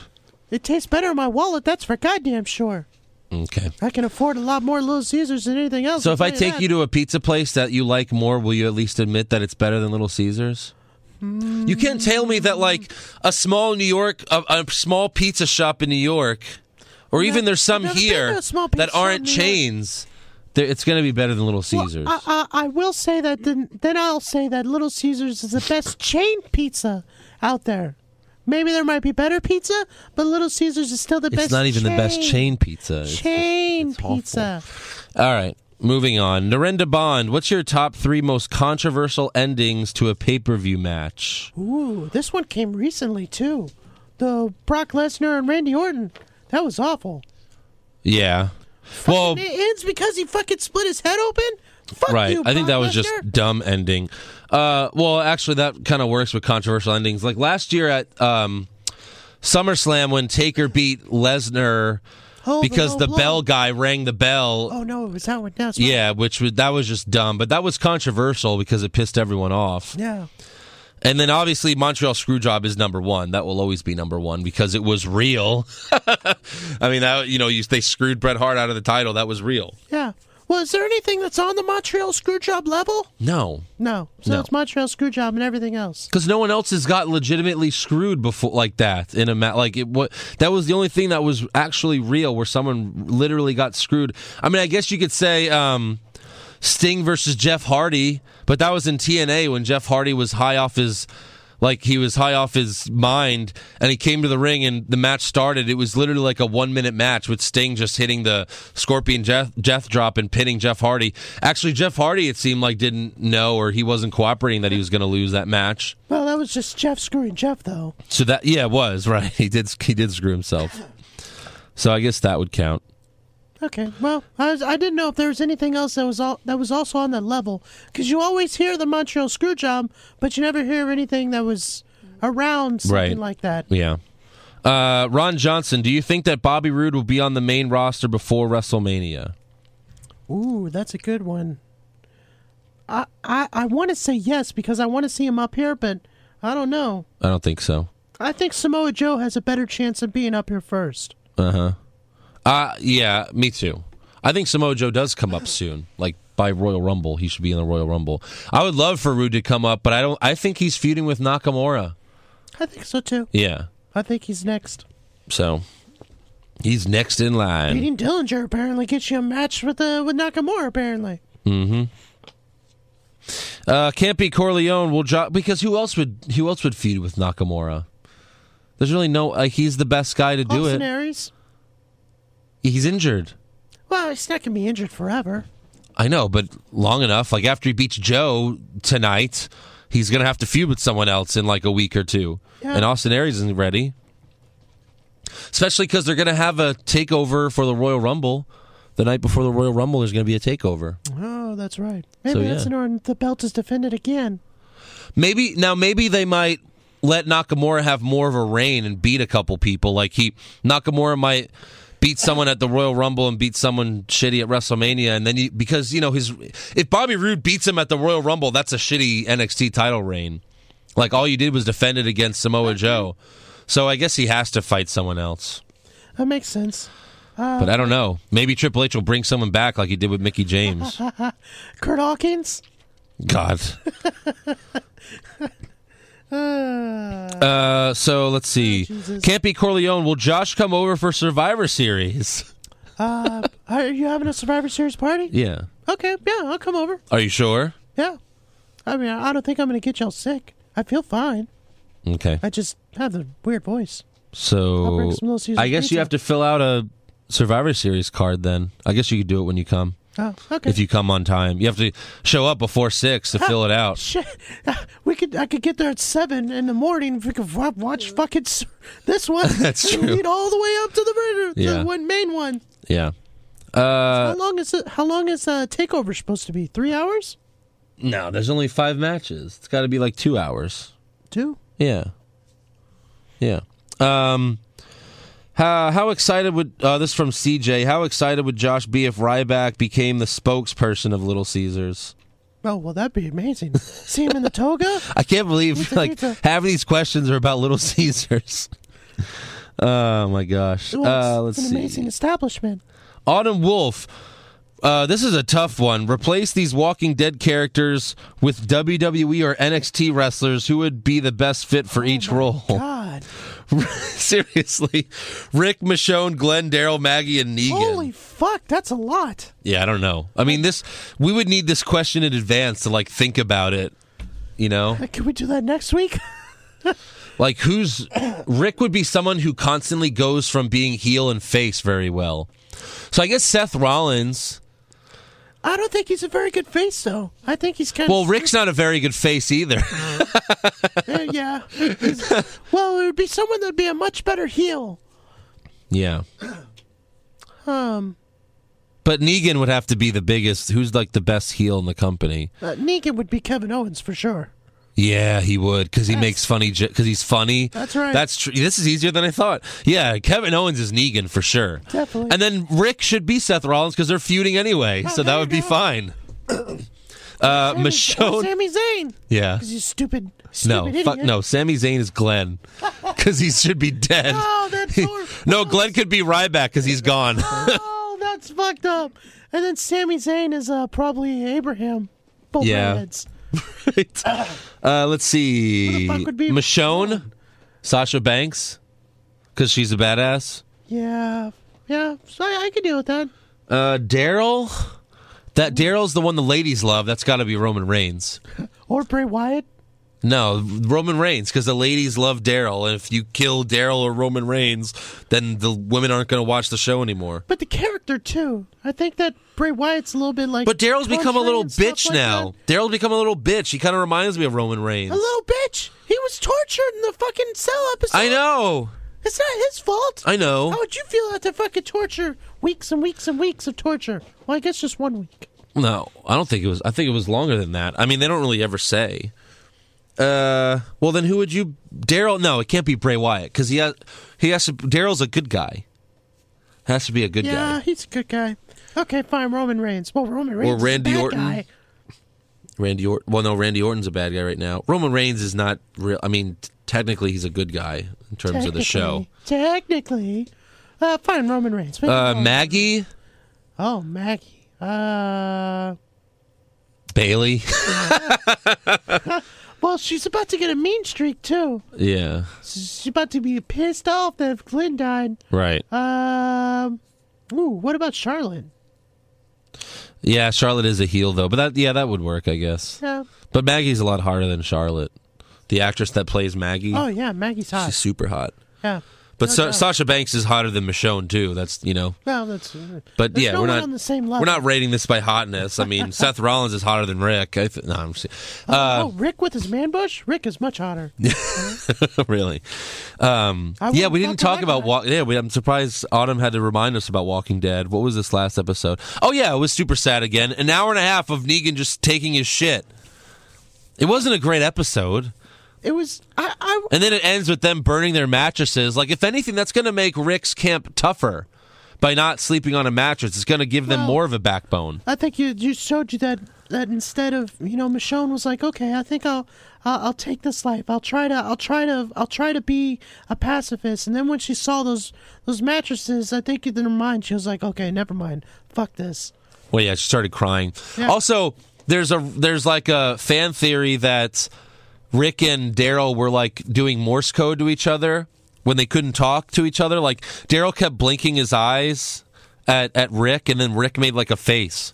S3: It tastes better in my wallet. That's for goddamn sure.
S2: Okay.
S3: I can afford a lot more Little Caesars than anything else.
S2: So
S3: I'll
S2: if I
S3: tell
S2: take
S3: that.
S2: you to a pizza place that you like more, will you at least admit that it's better than Little Caesars? You can't tell me
S3: Hmm.
S2: that like a small New York, a, a small pizza shop in New York, or even there's some
S3: I've never been to
S2: here
S3: a small pizza
S2: that
S3: shop in
S2: aren't
S3: New York.
S2: chains. They're- It's going to be better than Little Caesars.
S3: Well, uh, I, I, I will say that then, then I'll say that Little Caesars is the best chain pizza out there. Maybe there might be better pizza, but Little Caesars is still the best.
S2: it's not even the best chain pizza. It's-
S3: Chain
S2: it's awful.
S3: pizza.
S2: All right, moving on. Narendra Bond, what's your top three most controversial endings to a pay per view match?
S3: Ooh, this one came recently too. The Brock Lesnar and Randy Orton. That was awful.
S2: Yeah. Well,
S3: And it ends because he fucking split his head open. Fuck
S2: right.
S3: you,
S2: I think
S3: Brock
S2: that was
S3: Lesnar.
S2: just dumb ending. Uh, well, actually, that kind of works with controversial endings. Like last year at um, SummerSlam when Taker beat Lesnar
S3: Oh, the
S2: because
S3: low
S2: the
S3: blow.
S2: bell guy rang the bell.
S3: Oh no, it was that one. That's right.
S2: Yeah, which was that was just dumb, but that was controversial because it pissed everyone off.
S3: Yeah.
S2: And then obviously Montreal Screwjob is number one. That will always be number one because it was real. I mean, that, you know, you, they screwed Bret Hart out of the title. That was real.
S3: Yeah. Well, is there anything that's on the Montreal Screwjob level?
S2: No,
S3: No. So
S2: No.
S3: it's Montreal Screwjob and everything else.
S2: because no one else has got legitimately screwed before like that in a mat. Like it, what that was the only thing that was actually real, where someone literally got screwed. I mean, I guess you could say um, Sting versus Jeff Hardy, but that was in TNA when Jeff Hardy was high off his. Like he was high off his mind, and he came to the ring, and the match started. It was literally like a one-minute match with Sting just hitting the Scorpion Jeff, Jeff drop and pinning Jeff Hardy. Actually, Jeff Hardy, it seemed like didn't know or he wasn't cooperating that he was going to lose that match.
S3: Well, that was just Jeff screwing Jeff, though.
S2: So that yeah, it was right. He did he did screw himself. So I guess that would count.
S3: Okay. Well, I, was, I didn't know if there was anything else that was all, that was also on that level because you always hear the Montreal Screwjob, but you never hear anything that was around something
S2: Right.
S3: like that.
S2: Yeah. Uh, Ron Johnson, do you think that Bobby Roode will be on the main roster before WrestleMania?
S3: Ooh, that's a good one. I I, I want to say yes because I want to see him up here, but I don't know.
S2: I don't think so.
S3: I think Samoa Joe has a better chance of being up here first.
S2: Uh yeah, me too. I think Samoa Joe does come up soon, like by Royal Rumble. He should be in the Royal Rumble. I would love for Rude to come up, but I don't. I think he's feuding with Nakamura.
S3: I think so too.
S2: Yeah,
S3: I think he's next.
S2: so he's next in line.
S3: Beating Dillinger apparently gets you a match with uh, with Nakamura apparently.
S2: Uh, can't be Corleone. Will jo- because who else would who else would feud with Nakamura? There's really no like he's the best guy to do
S3: Austin
S2: it.
S3: Aries.
S2: He's injured.
S3: Well, he's not gonna be injured forever.
S2: I know, but long enough. Like after he beats Joe tonight, he's gonna have to feud with someone else in like a week or two.
S3: Yeah.
S2: And Austin Aries isn't ready, especially because they're gonna have a takeover for the Royal Rumble. The night before the Royal Rumble, there's gonna be a takeover.
S3: Oh, that's right. Maybe
S2: So,
S3: that's
S2: yeah.
S3: an order. The belt is defended again.
S2: Maybe now, maybe they might let Nakamura have more of a reign and beat a couple people. Like he Nakamura might beat someone at the Royal Rumble and beat someone shitty at WrestleMania, and then you, because you know his if Bobby Roode beats him at the Royal Rumble, that's a shitty NXT title reign. Like all you did was defend it against Samoa Joe, so I guess he has to fight someone else.
S3: That makes sense.
S2: But I don't know. Maybe Triple H will bring someone back like he did with Mickey James.
S3: Kurt Hawkins?
S2: God. Uh, so let's see.
S3: Oh, Jesus.
S2: Can't be Corleone. Will Josh come over for Survivor Series?
S3: Are you having a Survivor Series party?
S2: Yeah.
S3: Okay, yeah, I'll come over.
S2: Are you sure?
S3: Yeah. I mean, I don't think I'm going to get y'all sick. I feel fine.
S2: Okay.
S3: I just have the weird voice. I'll
S2: So
S3: bring some Little Caesars
S2: I guess you
S3: pizza.
S2: have to fill out a Survivor Series card then. I guess you could do it when you come.
S3: Oh, okay.
S2: If you come on time, you have to show up before six to fill it out.
S3: Shit, we could. I could get there at seven in the morning. We could wa- watch fucking s- this one.
S2: That's
S3: and
S2: true.
S3: Lead all the way up to the, river,
S2: Yeah. Uh,
S3: the one main one.
S2: Yeah.
S3: How long is it? How long is uh, takeover supposed to be? Three hours?
S2: No, there's only five matches. It's got to be like two hours.
S3: Two?
S2: Yeah. Yeah. Um how how excited would uh, this is from CJ? How excited would Josh be if Ryback became the spokesperson of Little Caesars?
S3: Oh well, that'd be amazing. See him in the toga.
S2: I can't believe
S3: Pizza,
S2: like
S3: pizza.
S2: half of these questions are about Little Caesars. oh my gosh.
S3: Well,
S2: Uh,
S3: it's
S2: let's
S3: an amazing
S2: see.
S3: establishment.
S2: Autumn Wolf. Uh, this is a tough one. Replace these Walking Dead characters with WWE or NXT wrestlers. Who would be the best fit
S3: Oh
S2: for each role?
S3: God,
S2: Seriously, Rick, Michonne, Glenn, Daryl, Maggie, and Negan.
S3: holy fuck, that's a lot.
S2: yeah, I don't know. I mean, this we would need this question in advance to like think about it. You know,
S3: Uh, Can we do that next week?
S2: like who's Rick would be someone who constantly goes from being heel and face very well. So I guess Seth Rollins.
S3: I don't think he's a very good face, though. I think he's kind
S2: Well,
S3: of
S2: Rick's not a very good face either.
S3: Uh, yeah. He's- well, it would be someone that'd be a much better heel.
S2: yeah. Um. But Negan would have to be the biggest. Who's like the best heel in the company?
S3: Uh, Negan would be Kevin Owens for sure.
S2: Yeah, he would because he makes funny because he's funny.
S3: That's right.
S2: That's true. This is easier than I thought. Yeah, Kevin Owens is Negan for sure.
S3: Definitely. Oh,
S2: And then Rick should be Seth Rollins because they're feuding anyway, so that
S3: there
S2: would
S3: you
S2: be
S3: go. oh,
S2: fine. Uh,
S3: Sami- or
S2: Michonne,
S3: Sami Zayn.
S2: yeah,
S3: Because you stupid, stupid
S2: no,
S3: idiot.
S2: fuck no. Sami Zayn is Glenn because he should be dead.
S3: Oh, that's so-
S2: no, Glenn could be Ryback because he's gone.
S3: Oh, that's fucked up. And then Sami Zayn is uh, probably Abraham. Both
S2: Yeah.
S3: redheads.
S2: Right. Uh, let's see.
S3: Who the fuck would be
S2: Michonne, Sasha Banks, because she's a badass.
S3: Yeah. Yeah. So I, I could deal with that.
S2: Uh, Daryl. That
S3: Mm-hmm.
S2: Daryl's the one the ladies love. That's got to be Roman Reigns.
S3: Or Bray Wyatt.
S2: No, Roman Reigns, because the ladies love Daryl. And if you kill Daryl or Roman Reigns, then the women aren't going to watch the show anymore.
S3: But the character, too. I think that Bray Wyatt's a little bit like.
S2: But Daryl's become a
S3: country
S2: little
S3: and stuff
S2: bitch
S3: like
S2: now.
S3: that.
S2: Daryl's become a little bitch. He kind of reminds me of Roman Reigns.
S3: A little bitch. He was tortured in the fucking cell episode.
S2: I know.
S3: It's not his fault.
S2: I know.
S3: How would you feel after fucking torture? Weeks and weeks and weeks of torture. Well, I guess just one week.
S2: No, I don't think it was. I think it was longer than that. I mean, they don't really ever say. Uh, well, then who would you, Daryl? No, it can't be Bray Wyatt because he has. He has to. Daryl's a good guy. Has to be a good
S3: Yeah,
S2: guy.
S3: he's a good guy. Okay, fine. Roman Reigns. Well, Roman Reigns. is a
S2: Randy
S3: bad
S2: Orton.
S3: guy.
S2: Randy Orton. Well, no, Randy Orton's a bad guy right now. Roman Reigns is not real. I mean, t- technically, he's a good guy in terms of the show.
S3: Technically. technically. Uh, fine. Roman Reigns.
S2: Uh, Maggie
S3: oh, Maggie. Uh,
S2: Bailey.
S3: well, she's about to get a mean streak too.
S2: yeah.
S3: She's about to be pissed off that if Glenn died.
S2: Right.
S3: Um. Ooh, what about Charlotte?
S2: Yeah. Charlotte is a heel though, but that yeah that would work, I guess.
S3: Yeah.
S2: But Maggie's a lot harder than Charlotte. The actress that plays Maggie.
S3: Oh yeah, Maggie's hot.
S2: Mm. She's super hot.
S3: yeah.
S2: But
S3: No
S2: Sa-
S3: doubt.
S2: Sasha Banks is hotter than Michonne too. That's you know.
S3: Well, that's. uh,
S2: But
S3: there's
S2: yeah,
S3: no
S2: we're
S3: one
S2: not
S3: on the same level.
S2: We're not rating this by hotness. I mean, Seth Rollins is hotter than Rick. I th- no, I'm just, uh,
S3: oh, Rick with his man bush. Rick is much hotter.
S2: really. Um,
S3: I
S2: yeah,
S3: wouldn't
S2: we didn't
S3: fucking
S2: talk
S3: like
S2: about
S3: that.
S2: walk. Yeah, we, I'm surprised Autumn had to remind us about Walking Dead. What was this last episode? Oh yeah, it was super sad again. An hour and a half of Negan just taking his shit. It wasn't a great episode.
S3: It was I I
S2: And then it ends with them burning their mattresses. Like, if anything, that's going to make Rick's camp tougher by not sleeping on a mattress. It's going to give them
S3: Well-
S2: more of a backbone.
S3: I think you you showed you that that instead of you know Michonne was like okay I think I'll I'll, I'll take this life I'll try to I'll try to I'll try to be a pacifist and then when she saw those those mattresses I think in her mind she was like okay never mind fuck this
S2: Well, yeah, she started crying.
S3: Yeah.
S2: Also, there's a there's like a fan theory that Rick and Daryl were like doing Morse code to each other when they couldn't talk to each other. Like Daryl kept blinking his eyes at at Rick, and then Rick made like a face.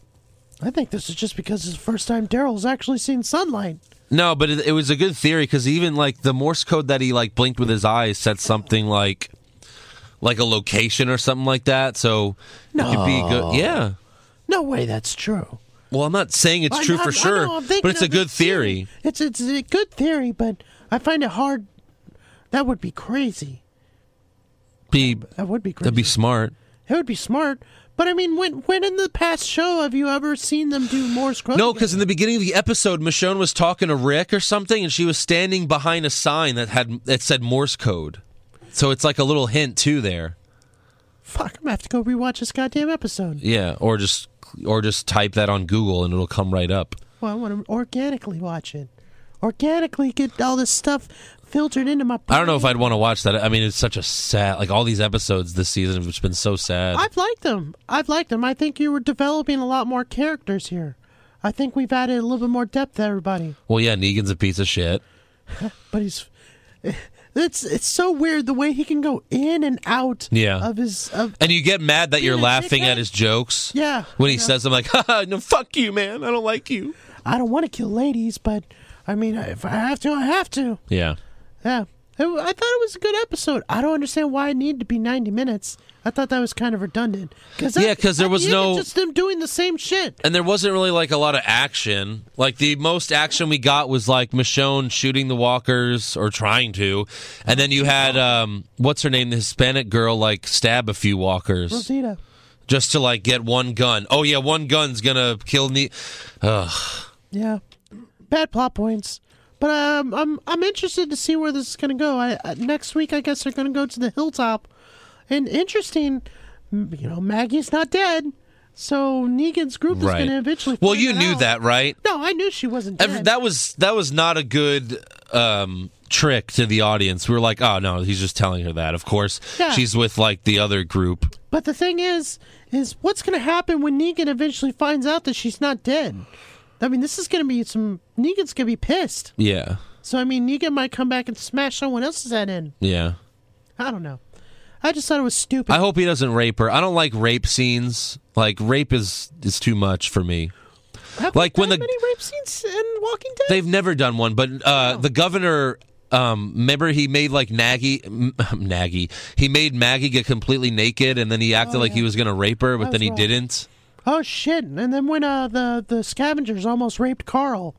S3: I think this is just because it's the first time Daryl's actually seen sunlight
S2: No, but it, it was a good theory because even like the Morse code that he like blinked with his eyes said something like like a location or something like that. So it could be good. Yeah.
S3: no way that's true
S2: Well, I'm not saying it's
S3: I-
S2: true
S3: I-
S2: for
S3: I
S2: sure,
S3: know, I'm thinking
S2: but it's a
S3: of
S2: good
S3: this
S2: theory.
S3: it's it's a good theory but I find it hard that would be crazy
S2: Be
S3: that would be crazy
S2: that'd be smart.
S3: That would be smart. But I mean, when when in the past show have you ever seen them do Morse code?
S2: No, because in the beginning of the episode, Michonne was talking to Rick or something, and she was standing behind a sign that had that said Morse code. So it's like a little hint too there.
S3: fuck, I'm gonna have to go rewatch this goddamn episode.
S2: Yeah, or just or just type that on Google and it'll come right up.
S3: Well, I want to organically watch it, organically get all this stuff filtered into my.
S2: I don't know if
S3: brain.
S2: I'd want to watch that. I mean, it's such a sad. Like all these episodes this season have just been so sad.
S3: I've liked them. I've liked them. I think you were developing a lot more characters here. I think we've added a little bit more depth to everybody.
S2: well, yeah, Negan's a piece of shit.
S3: But he's. It's it's so weird the way he can go in and out
S2: Yeah.
S3: of his of
S2: And you get mad that you're
S3: a
S2: laughing
S3: dickhead.
S2: at his jokes.
S3: Yeah,
S2: When he
S3: yeah.
S2: says, "I'm like, Haha, no, fuck you, man. I don't like you."
S3: I don't want to kill ladies, but I mean if I have to, I have to.
S2: Yeah.
S3: Yeah. It, I thought it was a good episode. I don't understand why it needed to be 90 minutes. I thought that was kind of redundant. Cause
S2: Yeah,
S3: at-
S2: 'cause there
S3: at
S2: was
S3: the end,
S2: no-
S3: it's just them doing the same shit.
S2: And there wasn't really like a lot of action. Like the most action we got was like Michonne shooting the walkers or trying to, and then you had um, what's her name, the Hispanic girl, like stab a few walkers
S3: Rosita.
S2: just to like get one gun. Oh yeah, one gun's gonna kill Ne. Ugh.
S3: Yeah. Bad plot points. But um, I'm I'm interested to see where this is going to go. I, uh, next week, I guess they're going to go to the hilltop. And interesting, m- you know, Maggie's not dead. So Negan's group is going to eventually.
S2: Well,
S3: figure
S2: you
S3: it
S2: knew
S3: out.
S2: that, right?
S3: No, I knew she wasn't dead.
S2: Every, that was that was not a good um, trick to the audience. We were like, oh no, he's just telling her that. Of course,
S3: Yeah.
S2: she's with like the other group.
S3: But the thing is, is what's going to happen when Negan eventually finds out that she's not dead? I mean, this is going to be some. Negan's going to be pissed.
S2: Yeah,
S3: So, I mean, Negan might come back and smash someone else's head in.
S2: yeah.
S3: I don't know. I just thought it was stupid.
S2: I hope he doesn't rape her. I don't like rape scenes. Like rape is is too much for me.
S3: Have
S2: like
S3: we
S2: when
S3: done
S2: the-
S3: many rape scenes in Walking Dead.
S2: They've never done one, but uh, the governor. Um, remember he made like Nagy, m- Nagy. He made Maggie get completely naked, and then he acted like he was gonna rape her, but
S3: That
S2: then
S3: was
S2: he
S3: Oh, wrong.
S2: didn't.
S3: oh shit! And then when uh, the the scavengers almost raped Carl.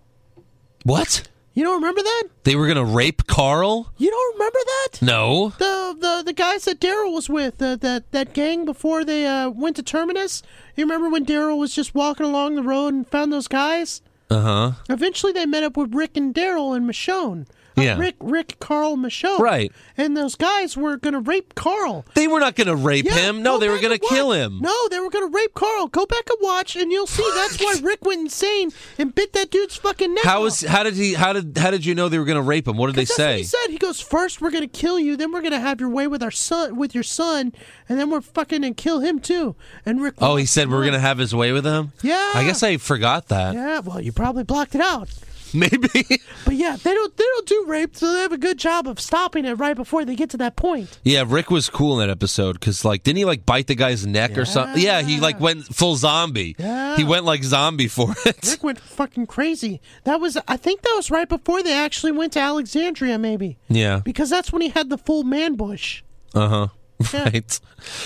S2: What?
S3: You don't remember that?
S2: They were gonna rape Carl?
S3: You don't remember that?
S2: No.
S3: The the the guys that Daryl was with, uh, that that gang before they uh, went to Terminus. You remember when Daryl was just walking along the road and found those guys?
S2: Uh huh.
S3: Eventually, they met up with Rick and Daryl and Michonne. Uh,
S2: Yeah.
S3: Rick, Rick, Carl, Michonne.
S2: Right.
S3: And those guys were gonna rape Carl.
S2: They were not going to rape
S3: Yeah,
S2: him. No,
S3: go
S2: they were
S3: back
S2: going
S3: and
S2: to kill
S3: watch.
S2: him.
S3: No, they were gonna rape Carl. Go back and watch, and you'll see. That's why Rick went insane and bit that dude's fucking neck.
S2: How is
S3: off.
S2: how did he how did how did you know they were going to rape him? What did they
S3: That's what
S2: say?
S3: he said. He goes, first we're gonna kill you, then we're gonna have your way with our son, with your son, and then we're fucking and kill him too. And Rick.
S2: Oh, he said we're going to have his way with him.
S3: Yeah.
S2: I guess I forgot that.
S3: Yeah, well, you probably blocked it out.
S2: Maybe.
S3: But yeah, they don't they don't do rape, so they have a good job of stopping it right before they get to that point.
S2: yeah, Rick was cool in that episode because like didn't he like bite the guy's neck or something? Yeah, he like went full zombie.
S3: Yeah.
S2: He went like zombie for it.
S3: Rick went fucking crazy. That was I think that was right before they actually went to Alexandria, maybe.
S2: Yeah.
S3: Because that's when he had the full man bush.
S2: Uh huh.
S3: Yeah.
S2: Right.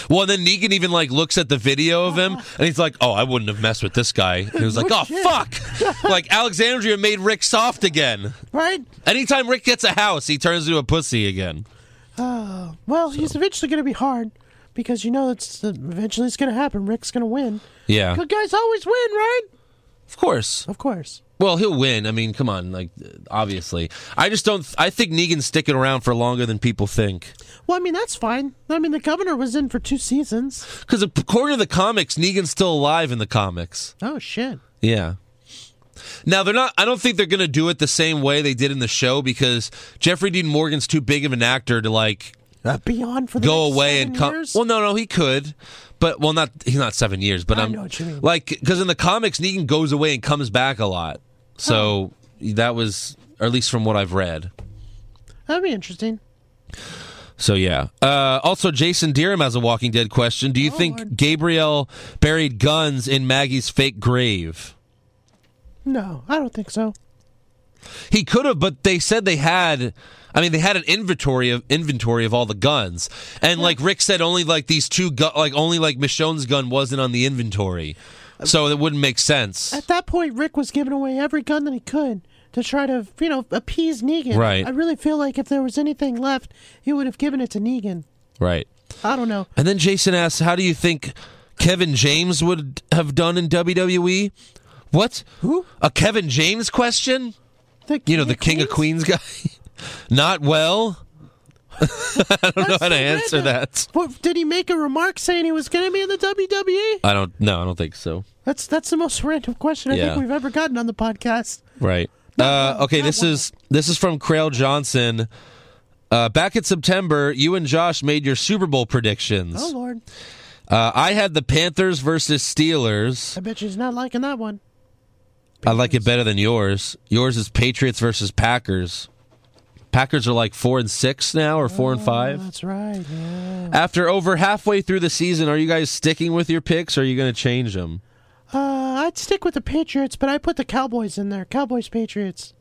S2: Well, then Negan even like looks at the video of him, and he's like, "Oh, I wouldn't have messed with this guy." And he was like,
S3: No
S2: "Oh,
S3: shit."
S2: fuck!" like Alexandria made Rick soft again.
S3: Right?
S2: Anytime Rick gets a house, he turns into a pussy again.
S3: Well, he's eventually gonna be hard because you know it's eventually it's gonna happen. Rick's gonna win.
S2: Yeah.
S3: Good guys always win, right?
S2: Of course.
S3: Of course.
S2: Well, he'll win. I mean, come on. Like, obviously, I just don't. I think Negan's sticking around for longer than people think.
S3: Well, I mean, that's fine. I mean, the governor was in for two seasons.
S2: Because according to the comics, Negan's still alive in the comics.
S3: Oh, shit.
S2: Yeah. Now they're not. I don't think they're going to do it the same way they did in the show because Jeffrey Dean Morgan's too big of an actor to like
S3: Uh, Beyond for the
S2: go
S3: next
S2: away
S3: seven
S2: and come.
S3: years?
S2: Well, no, no, he could, but well, not he's not seven years, but
S3: I
S2: I'm
S3: know what you mean.
S2: like because in the comics, Negan goes away and comes back a lot. So that was, or at least from what I've read.
S3: That'd be interesting.
S2: So yeah. Uh, also, Jason Deerham has a Walking Dead question. Do you think
S3: Oh, Lord.
S2: Gabriel buried guns in Maggie's fake grave?
S3: No, I don't think so.
S2: He could have, but they said they had. I mean, they had an inventory of inventory of all the guns, and like Rick said, only like these two, gu- like only like Michonne's gun wasn't on the inventory, so it wouldn't make sense.
S3: At that point, Rick was giving away every gun that he could to try to, you know, appease Negan.
S2: Right.
S3: I really feel like if there was anything left, he would have given it to Negan.
S2: Right.
S3: I don't know.
S2: And then Jason asks, "How do you think Kevin James would have done in WWE?" What?
S3: Who?
S2: A Kevin James question?
S3: The
S2: You know, the King of Queens guy? Not well. I don't know how to answer that.
S3: What, did he make a remark saying he was going to be in the WWE?
S2: I don't, no, I don't think so.
S3: That's that's the most random question I
S2: Yeah.
S3: think we've ever gotten on the podcast.
S2: Right. Uh, okay, this is this is from Crail Johnson. Uh, back in September, you and Josh made your Super Bowl predictions.
S3: Oh Lord,
S2: Uh, I had the Panthers versus Steelers.
S3: I bet you he's not liking that one.
S2: I like it better than yours. Yours is Patriots versus Packers. Packers are like four and six now, or four and five.
S3: That's right. Yeah.
S2: After over halfway through the season, are you guys sticking with your picks? or Are you going to change them?
S3: Uh, I'd stick with the Patriots, but I put the Cowboys in there. Cowboys Patriots.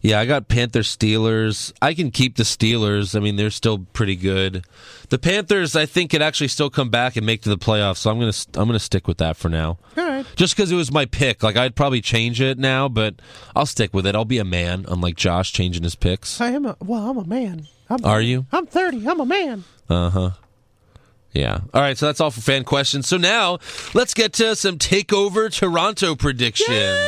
S2: Yeah, I got Panthers Steelers. I can keep the Steelers. I mean, they're still pretty good. The Panthers, I think, could actually still come back and make to the playoffs. So I'm gonna I'm gonna stick with that for now.
S3: All right.
S2: Just because it was my pick, like I'd probably change it now, but I'll stick with it. I'll be a man, unlike Josh changing his picks.
S3: I am a well. I'm a man. I'm,
S2: Are you? Uh-huh.
S3: I'm 30. I'm a man.
S2: Yeah. All right. So that's all for fan questions. So now let's get to some takeover Toronto predictions.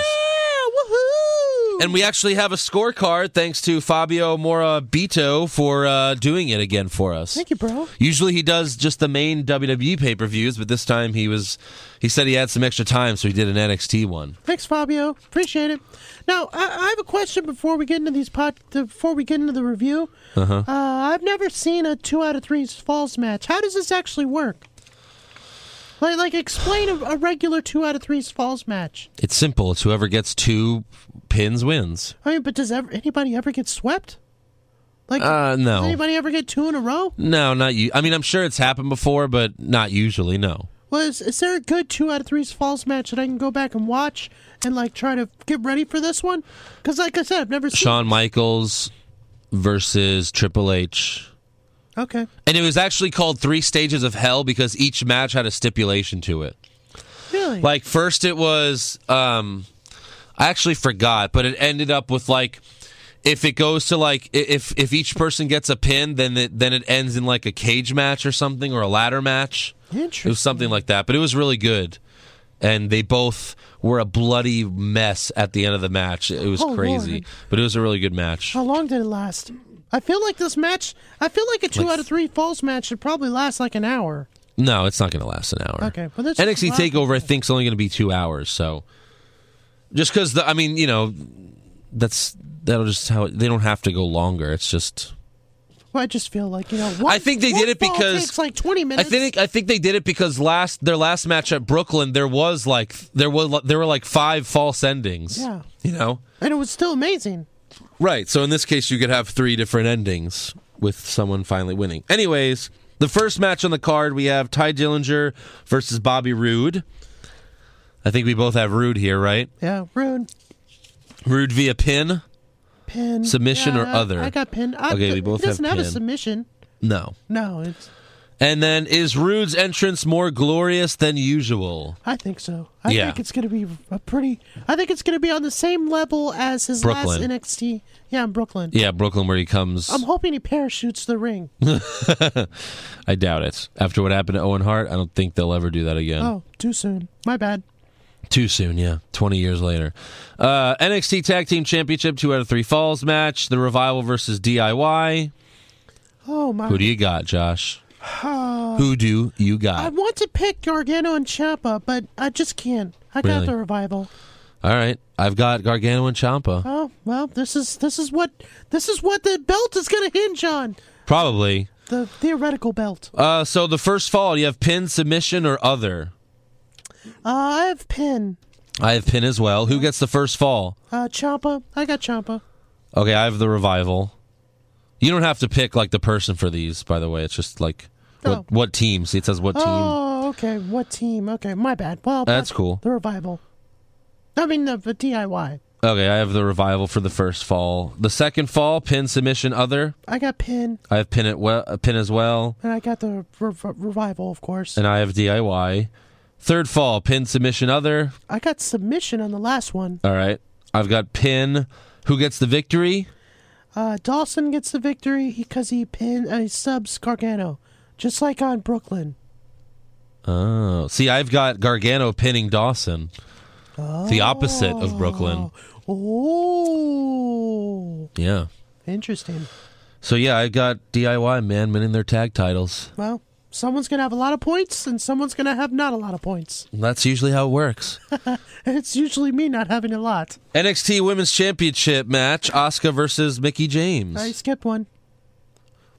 S3: woohoo!
S2: And we actually have a scorecard thanks to Fabio Morabito for uh, doing it again for us.
S3: Thank you, bro.
S2: Usually he does just the main WWE pay per views, but this time he was he said he had some extra time, so he did an NXT one.
S3: Thanks, Fabio. Appreciate it. Now, I, I have a question before we get into these pot. Before we get into the review, uh-huh. I've never seen a two out of three falls match. How does this actually work? Like, like explain a, a regular two out of three falls match.
S2: It's simple. It's whoever gets two pins wins.
S3: I mean, but does ever, anybody ever get swept? Like,
S2: Uh,
S3: does
S2: no,
S3: anybody ever get two in a row?
S2: no, not you. I mean, I'm sure it's happened before, but not usually. No.
S3: Well, is, is there a good two out of threes falls match that I can go back and watch and like try to get ready for this one? Because, like I said, I've never seen.
S2: Shawn Michaels versus Triple H.
S3: Okay,
S2: And it was actually called Three Stages of Hell because each match had a stipulation to it.
S3: really?
S2: Like first it was um I actually forgot, but it ended up with like if it goes to like i- if if each person gets a pin, then it, then it ends in like a cage match or something or a ladder match. It
S3: interesting.
S2: was something like that, but it was really good. And they both were a bloody mess at the end of the match. It was
S3: Oh,
S2: crazy,
S3: Lord.
S2: but it was a really good match.
S3: How long did it last? I feel like this match. I feel like a two
S2: Like-
S3: out of three falls match should probably last like an hour.
S2: No, it's not going to last an hour.
S3: Okay, well, that's just
S2: NXT
S3: a lot.
S2: Takeover, I think, is only going to be two hours. So, just because the, I mean, you know, that's that'll just how they don't have to go longer. It's just
S3: Well, I just feel like you know. One,
S2: I think they
S3: one
S2: did it
S3: fall
S2: because-
S3: takes like twenty
S2: I
S3: minutes.
S2: think I think they did it because last their last match at Brooklyn, there was like there was there were like five false endings.
S3: Yeah.
S2: you know,
S3: and it was still amazing.
S2: right. So in this case, you could have three different endings with someone finally winning. Anyways. The first match on the card, we have Ty Dillinger versus Bobby Roode. I think we both have Roode here, right?
S3: Yeah, rude
S2: Rude via pin?
S3: pin
S2: Submission
S3: Yeah,
S2: or
S3: I-
S2: other?
S3: I got pinned. I,
S2: Okay, we both
S3: he doesn't
S2: have
S3: have, a
S2: pin.
S3: submission.
S2: No.
S3: No, it's.
S2: And then is Rude's entrance more glorious than usual?
S3: I think so. I
S2: Yeah.
S3: think it's going to be a pretty. I think it's going to be on the same level as his last
S2: Brooklyn.
S3: NXT. Yeah, in Brooklyn.
S2: Yeah, Hmm. Brooklyn where he comes.
S3: I'm hoping he parachutes the ring.
S2: I doubt it. After what happened to Owen Hart, I don't think they'll ever do that again.
S3: oh, too soon. My bad.
S2: Too soon, yeah. 20 years later. Uh, NXT Tag Team Championship, two out of three falls match. The Revival versus DIY.
S3: Oh my!
S2: Who do you got, Josh? Who do you
S3: I
S2: got?
S3: want to pick Gargano and Ciampa, but I just can't. I
S2: Really?
S3: got the revival.
S2: All right. I've got Gargano and Champa.
S3: Oh well, this is this is what this is what the belt is going to hinge on.
S2: Probably.
S3: The theoretical belt. Uh,
S2: Uh, so the first fall, you have pin, submission, or other.
S3: I have pin.
S2: I have pin as well. Who gets the first fall?
S3: Uh, Ciampa. I got Ciampa.
S2: Okay, I have the revival. You don't have to pick like the person for these, by the way. It's just like what
S3: Oh.
S2: what team. See, it says what team.
S3: Oh, okay. What team? Okay, my bad. Well,
S2: That's
S3: but
S2: cool.
S3: The revival. I mean the, the DIY.
S2: Okay, I have the revival for the first fall. The second fall, pin, submission, other.
S3: I got pin,
S2: I have pin it well, uh, pin as well,
S3: and I got the re- re- revival, of course.
S2: and I have DIY. Third fall, pin, submission, other.
S3: I got submission on the last one.
S2: All right, I've got pin. Who gets the victory?
S3: Uh, Dawson gets the victory because he pin uh, he subs Gargano, just like on Brooklyn.
S2: Oh, see, I've got Gargano pinning Dawson. The opposite of Brooklyn.
S3: Oh,
S2: Yeah.
S3: interesting.
S2: So yeah, I got DIY man winning their tag titles.
S3: Well, someone's gonna have a lot of points, and someone's gonna have not a lot of points.
S2: That's usually how it works.
S3: And it's usually me not having a lot.
S2: NXT Women's Championship match: Asuka versus Mickey James.
S3: I skipped one.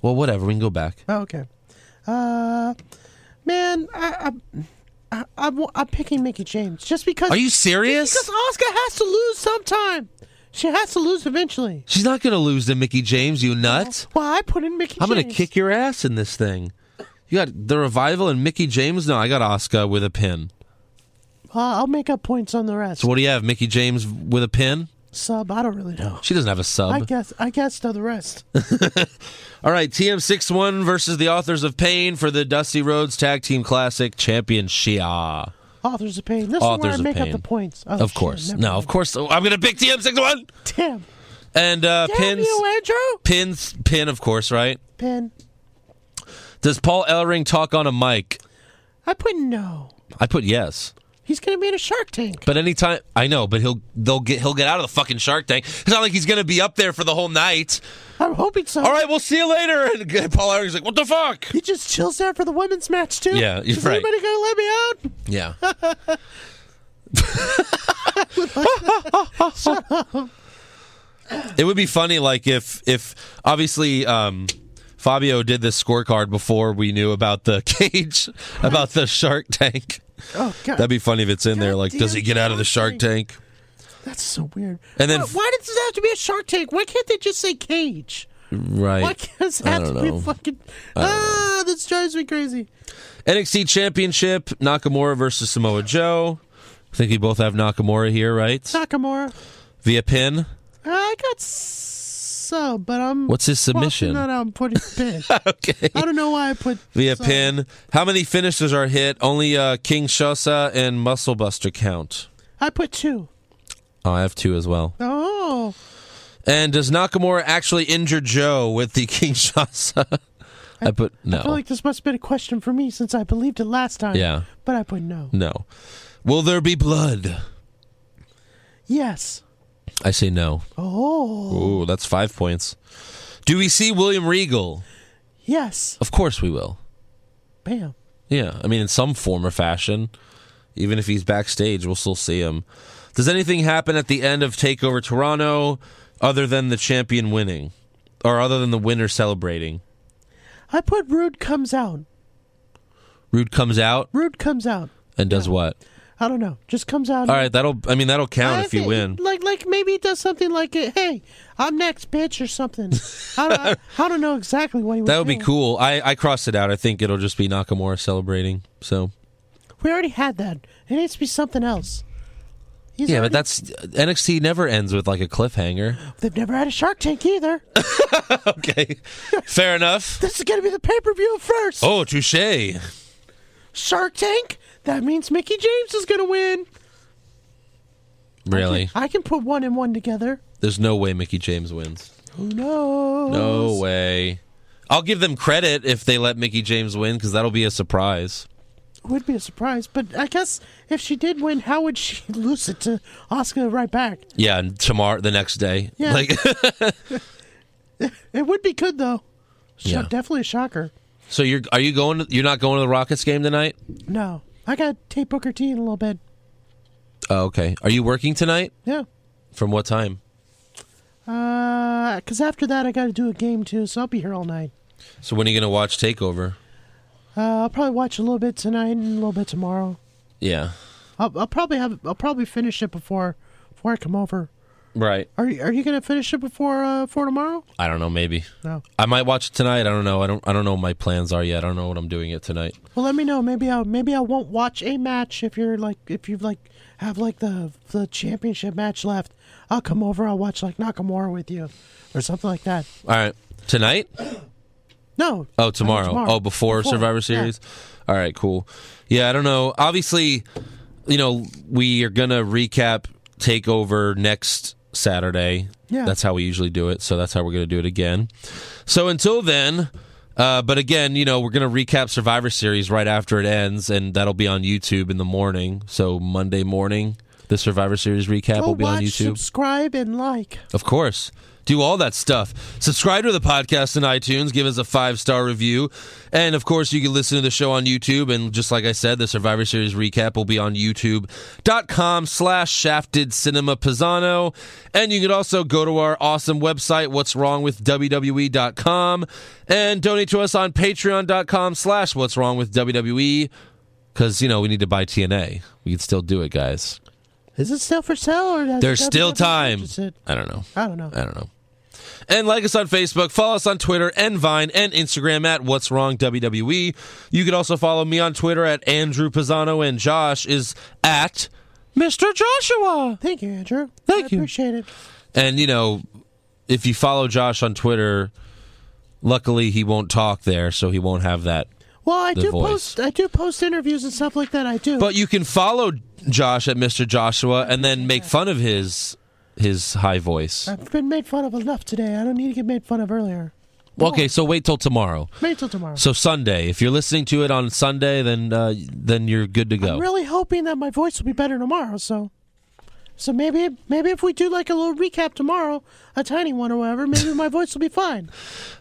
S2: Well, whatever. We can go back.
S3: Oh, okay. Uh, man, I, I, I, I'm, I'm picking Mickey James just because.
S2: Are you serious?
S3: Because Oscar has to lose sometime. She has to lose eventually.
S2: She's not gonna lose to Mickey James, you nut.
S3: Well, I put in Mickey.
S2: I'm gonna
S3: James.
S2: kick your ass in this thing. You got the revival and Mickey James. No, I got Asuka with a pin.
S3: Well, Uh, I'll make up points on the rest.
S2: So what do you have? Mickey James with a pin?
S3: Sub. I don't really know.
S2: She doesn't have a sub.
S3: I guess. I guess know the rest.
S2: All right, TM61 versus the Authors of Pain for the Dusty Rhodes Tag Team Classic Championship.
S3: Authors of pain. This
S2: Authors
S3: is
S2: of
S3: where I make
S2: Pain.
S3: up the points. Oh,
S2: Of
S3: shit,
S2: course.
S3: never
S2: no,
S3: mind.
S2: of course. oh, I'm going to pick TM61.
S3: Damn.
S2: And uh,
S3: Damn
S2: pins,
S3: you, Andrew.
S2: pins, pin, of course, right?
S3: Pin.
S2: Does Paul Ellering talk on a mic?
S3: I put no.
S2: I put yes.
S3: He's gonna be in a Shark Tank.
S2: But anytime I know, but he'll they'll get he'll get out of the fucking Shark Tank. It's not like he's gonna be up there for the whole night.
S3: I'm hoping so.
S2: All right, we'll see you later. And Paul Ellering's like, what the fuck?
S3: He just chills there for the women's match too.
S2: Yeah, you're
S3: Is
S2: right.
S3: anybody gonna let me out?
S2: Yeah. it would be funny, like if if obviously um, Fabio did this scorecard before we knew about the cage, about the Shark Tank.
S3: Oh god,
S2: That'd be funny if it's in there. Like, does he get out of the Shark
S3: Goddamn
S2: Tank?
S3: that's so weird.
S2: And then-
S3: why, why does it have to be a Shark Tank? Why can't they just say cage? Why
S2: Right.
S3: can't it have
S2: don't
S3: to be
S2: know.
S3: a fucking? Ah, this drives me crazy.
S2: NXT Championship: Nakamura versus Samoa Joe. I think we both have Nakamura here, right?
S3: Nakamura,
S2: Via pin.
S3: Uh, I got sub, but I'm.
S2: What's his
S3: crossing
S2: submission?
S3: That out and putting pin.
S2: Okay.
S3: I don't know why I put
S2: via
S3: sub.
S2: pin. How many finishes are hit? Only uh, King Shosa and Muscle Buster count.
S3: I put two.
S2: Oh, I have two as well.
S3: Oh,
S2: And does Nakamura actually injure Joe with the King Shosa? I put no,
S3: I feel like this must have been a question for me since I believed it last time.
S2: Oh. Yeah.
S3: but I put no.
S2: no. Will there be blood?
S3: Yes.
S2: I say no.
S3: Oh,
S2: Ooh, that's five points. Do we see William Regal?
S3: yes.
S2: Of course we will.
S3: Bam.
S2: Yeah, I mean, in some form or fashion, even if he's backstage, we'll still see him. Does anything happen at the end of Takeover Toronto other than the champion winning, or other than the winner celebrating?
S3: I put Rude comes out.
S2: Rude comes out
S3: Rude comes out.
S2: and does what?
S3: I don't know. Just comes out.
S2: All right, that'll. I mean, that'll
S3: I
S2: count if you
S3: think-
S2: win.
S3: Like, like maybe it does something like, "Hey, I'm next, bitch," or something. I don't, I, I don't know exactly what he.
S2: That
S3: was
S2: would be
S3: doing.
S2: cool. I I crossed it out. I think it'll just be Nakamura celebrating. So
S3: We already had that. It needs to be something else. He's
S2: yeah, but
S3: already-
S2: that's NXT never ends with like a cliffhanger.
S3: they've never had a Shark Tank either.
S2: Okay, fair enough.
S3: this is gonna be the pay per view first.
S2: Oh, touche.
S3: Shark Tank. That means Mickey James is gonna win.
S2: Really?
S3: I can put one and one together.
S2: There's no way Mickey James wins.
S3: Who knows?
S2: No way. I'll give them credit if they let Mickey James win because that'll be a surprise.
S3: would be a surprise. But I guess if she did win, how would she lose it to Oscar right back?
S2: Yeah, and tomorrow, the next day.
S3: Yeah.
S2: Like,
S3: It would be good though. Sho-
S2: Yeah.
S3: definitely a shocker.
S2: so you're are you going? To, you're not going to the Rockets game tonight?
S3: No, I got tape Booker T in a little bit.
S2: Oh, okay. Are you working tonight?
S3: Yeah,
S2: From what time?
S3: because Uh, after that I got to do a game too, so I'll be here all night.
S2: So when are you going to watch Takeover?
S3: Uh, I'll probably watch a little bit tonight and a little bit tomorrow.
S2: Yeah.
S3: I'll, I'll probably have I'll probably finish it before before I come over.
S2: Right.
S3: Are you, are you gonna finish it before uh, for tomorrow?
S2: I don't know. Maybe.
S3: No.
S2: I might watch it tonight. I don't know. I don't. I don't know what my plans are yet. I don't know what I'm doing it tonight.
S3: Well, let me know. Maybe I will maybe I won't watch a match if you're like if you like have like the the championship match left. I'll come over. I'll watch like Nakamura with you, or something like that.
S2: All right. Tonight?
S3: No. I
S2: Oh,
S3: mean,
S2: tomorrow. Oh, before, Survivor
S3: yeah.
S2: Series. All right. Cool. Yeah. I don't know. Obviously, you know we are gonna recap Takeover next Saturday.
S3: Yeah.
S2: That's how we usually do it. So that's how we're gonna do it again. So until then. Uh, but again, you know, we're going to recap Survivor Series right after it ends, and that'll be on YouTube in the morning. So Monday morning, the Survivor Series recap
S3: Go
S2: will be
S3: watch,
S2: on YouTube.
S3: subscribe, and like.
S2: Of course. Do all that stuff. Subscribe to the podcast in iTunes. Give us a five star review. And of course, you can listen to the show on YouTube. And just like I said, the Survivor Series recap will be on youtube.com slash shafted cinema pisano. And you can also go to our awesome website, what's wrong with WWE.com, and donate to us on patreon.com slash what's wrong with WWE. Because, you know, we need to buy TNA. We can still do it, guys.
S3: Is it still for sale or has
S2: There's
S3: WWE
S2: still time. Uh,
S3: purchased E it?
S2: I don't know.
S3: I don't know.
S2: I don't know. And like us on Facebook, follow us on Twitter and Vine and Instagram at What's Wrong WWE. You can also follow me on Twitter at Andrew Pisano and Josh is at Mr. Joshua.
S3: Thank you, Andrew.
S2: Thank
S3: I
S2: you.
S3: Appreciate it.
S2: And you know, if you follow Josh on Twitter, luckily he won't talk there, so he won't have that.
S3: Well, I do
S2: voice.
S3: post I do post interviews and stuff like that. I do.
S2: But you can follow Josh at Mr. Joshua and then make fun of his his high voice.
S3: I've been made fun of enough today. I don't need to get made fun of earlier.
S2: Okay, so wait till tomorrow.
S3: Wait till tomorrow.
S2: So Sunday, if you're listening to it on Sunday, then uh, then you're good to go.
S3: I'm really hoping that my voice will be better tomorrow. So, so maybe maybe if we do like a little recap tomorrow, a tiny one or whatever, maybe my voice will be fine.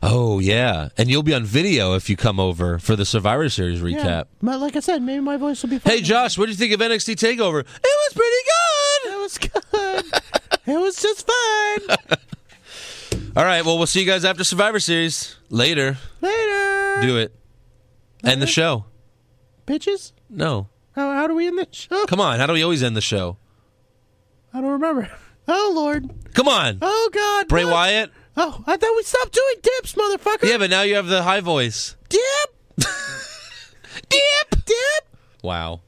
S2: oh yeah, and you'll be on video if you come over for the Survivor Series
S3: Yeah.
S2: recap.
S3: But like I said, maybe my voice will be fine.
S2: Hey Josh, what do you think of NXT Takeover? It was pretty
S3: it was good. it was just fun.
S2: good. All right, well we'll see you guys after Survivor Series later.
S3: Later,
S2: Do it. End the show.
S3: bitches.
S2: No,
S3: How, how do we end this show?
S2: come on. How do we always end the show?
S3: I don't remember. Oh Lord.
S2: Come on,
S3: Oh God.
S2: Bray
S3: what?
S2: Wyatt.
S3: Oh, I thought we stopped doing dips, motherfucker.
S2: Yeah, but now you have the high voice.
S3: Dip. Dip. Dip.
S2: Wow.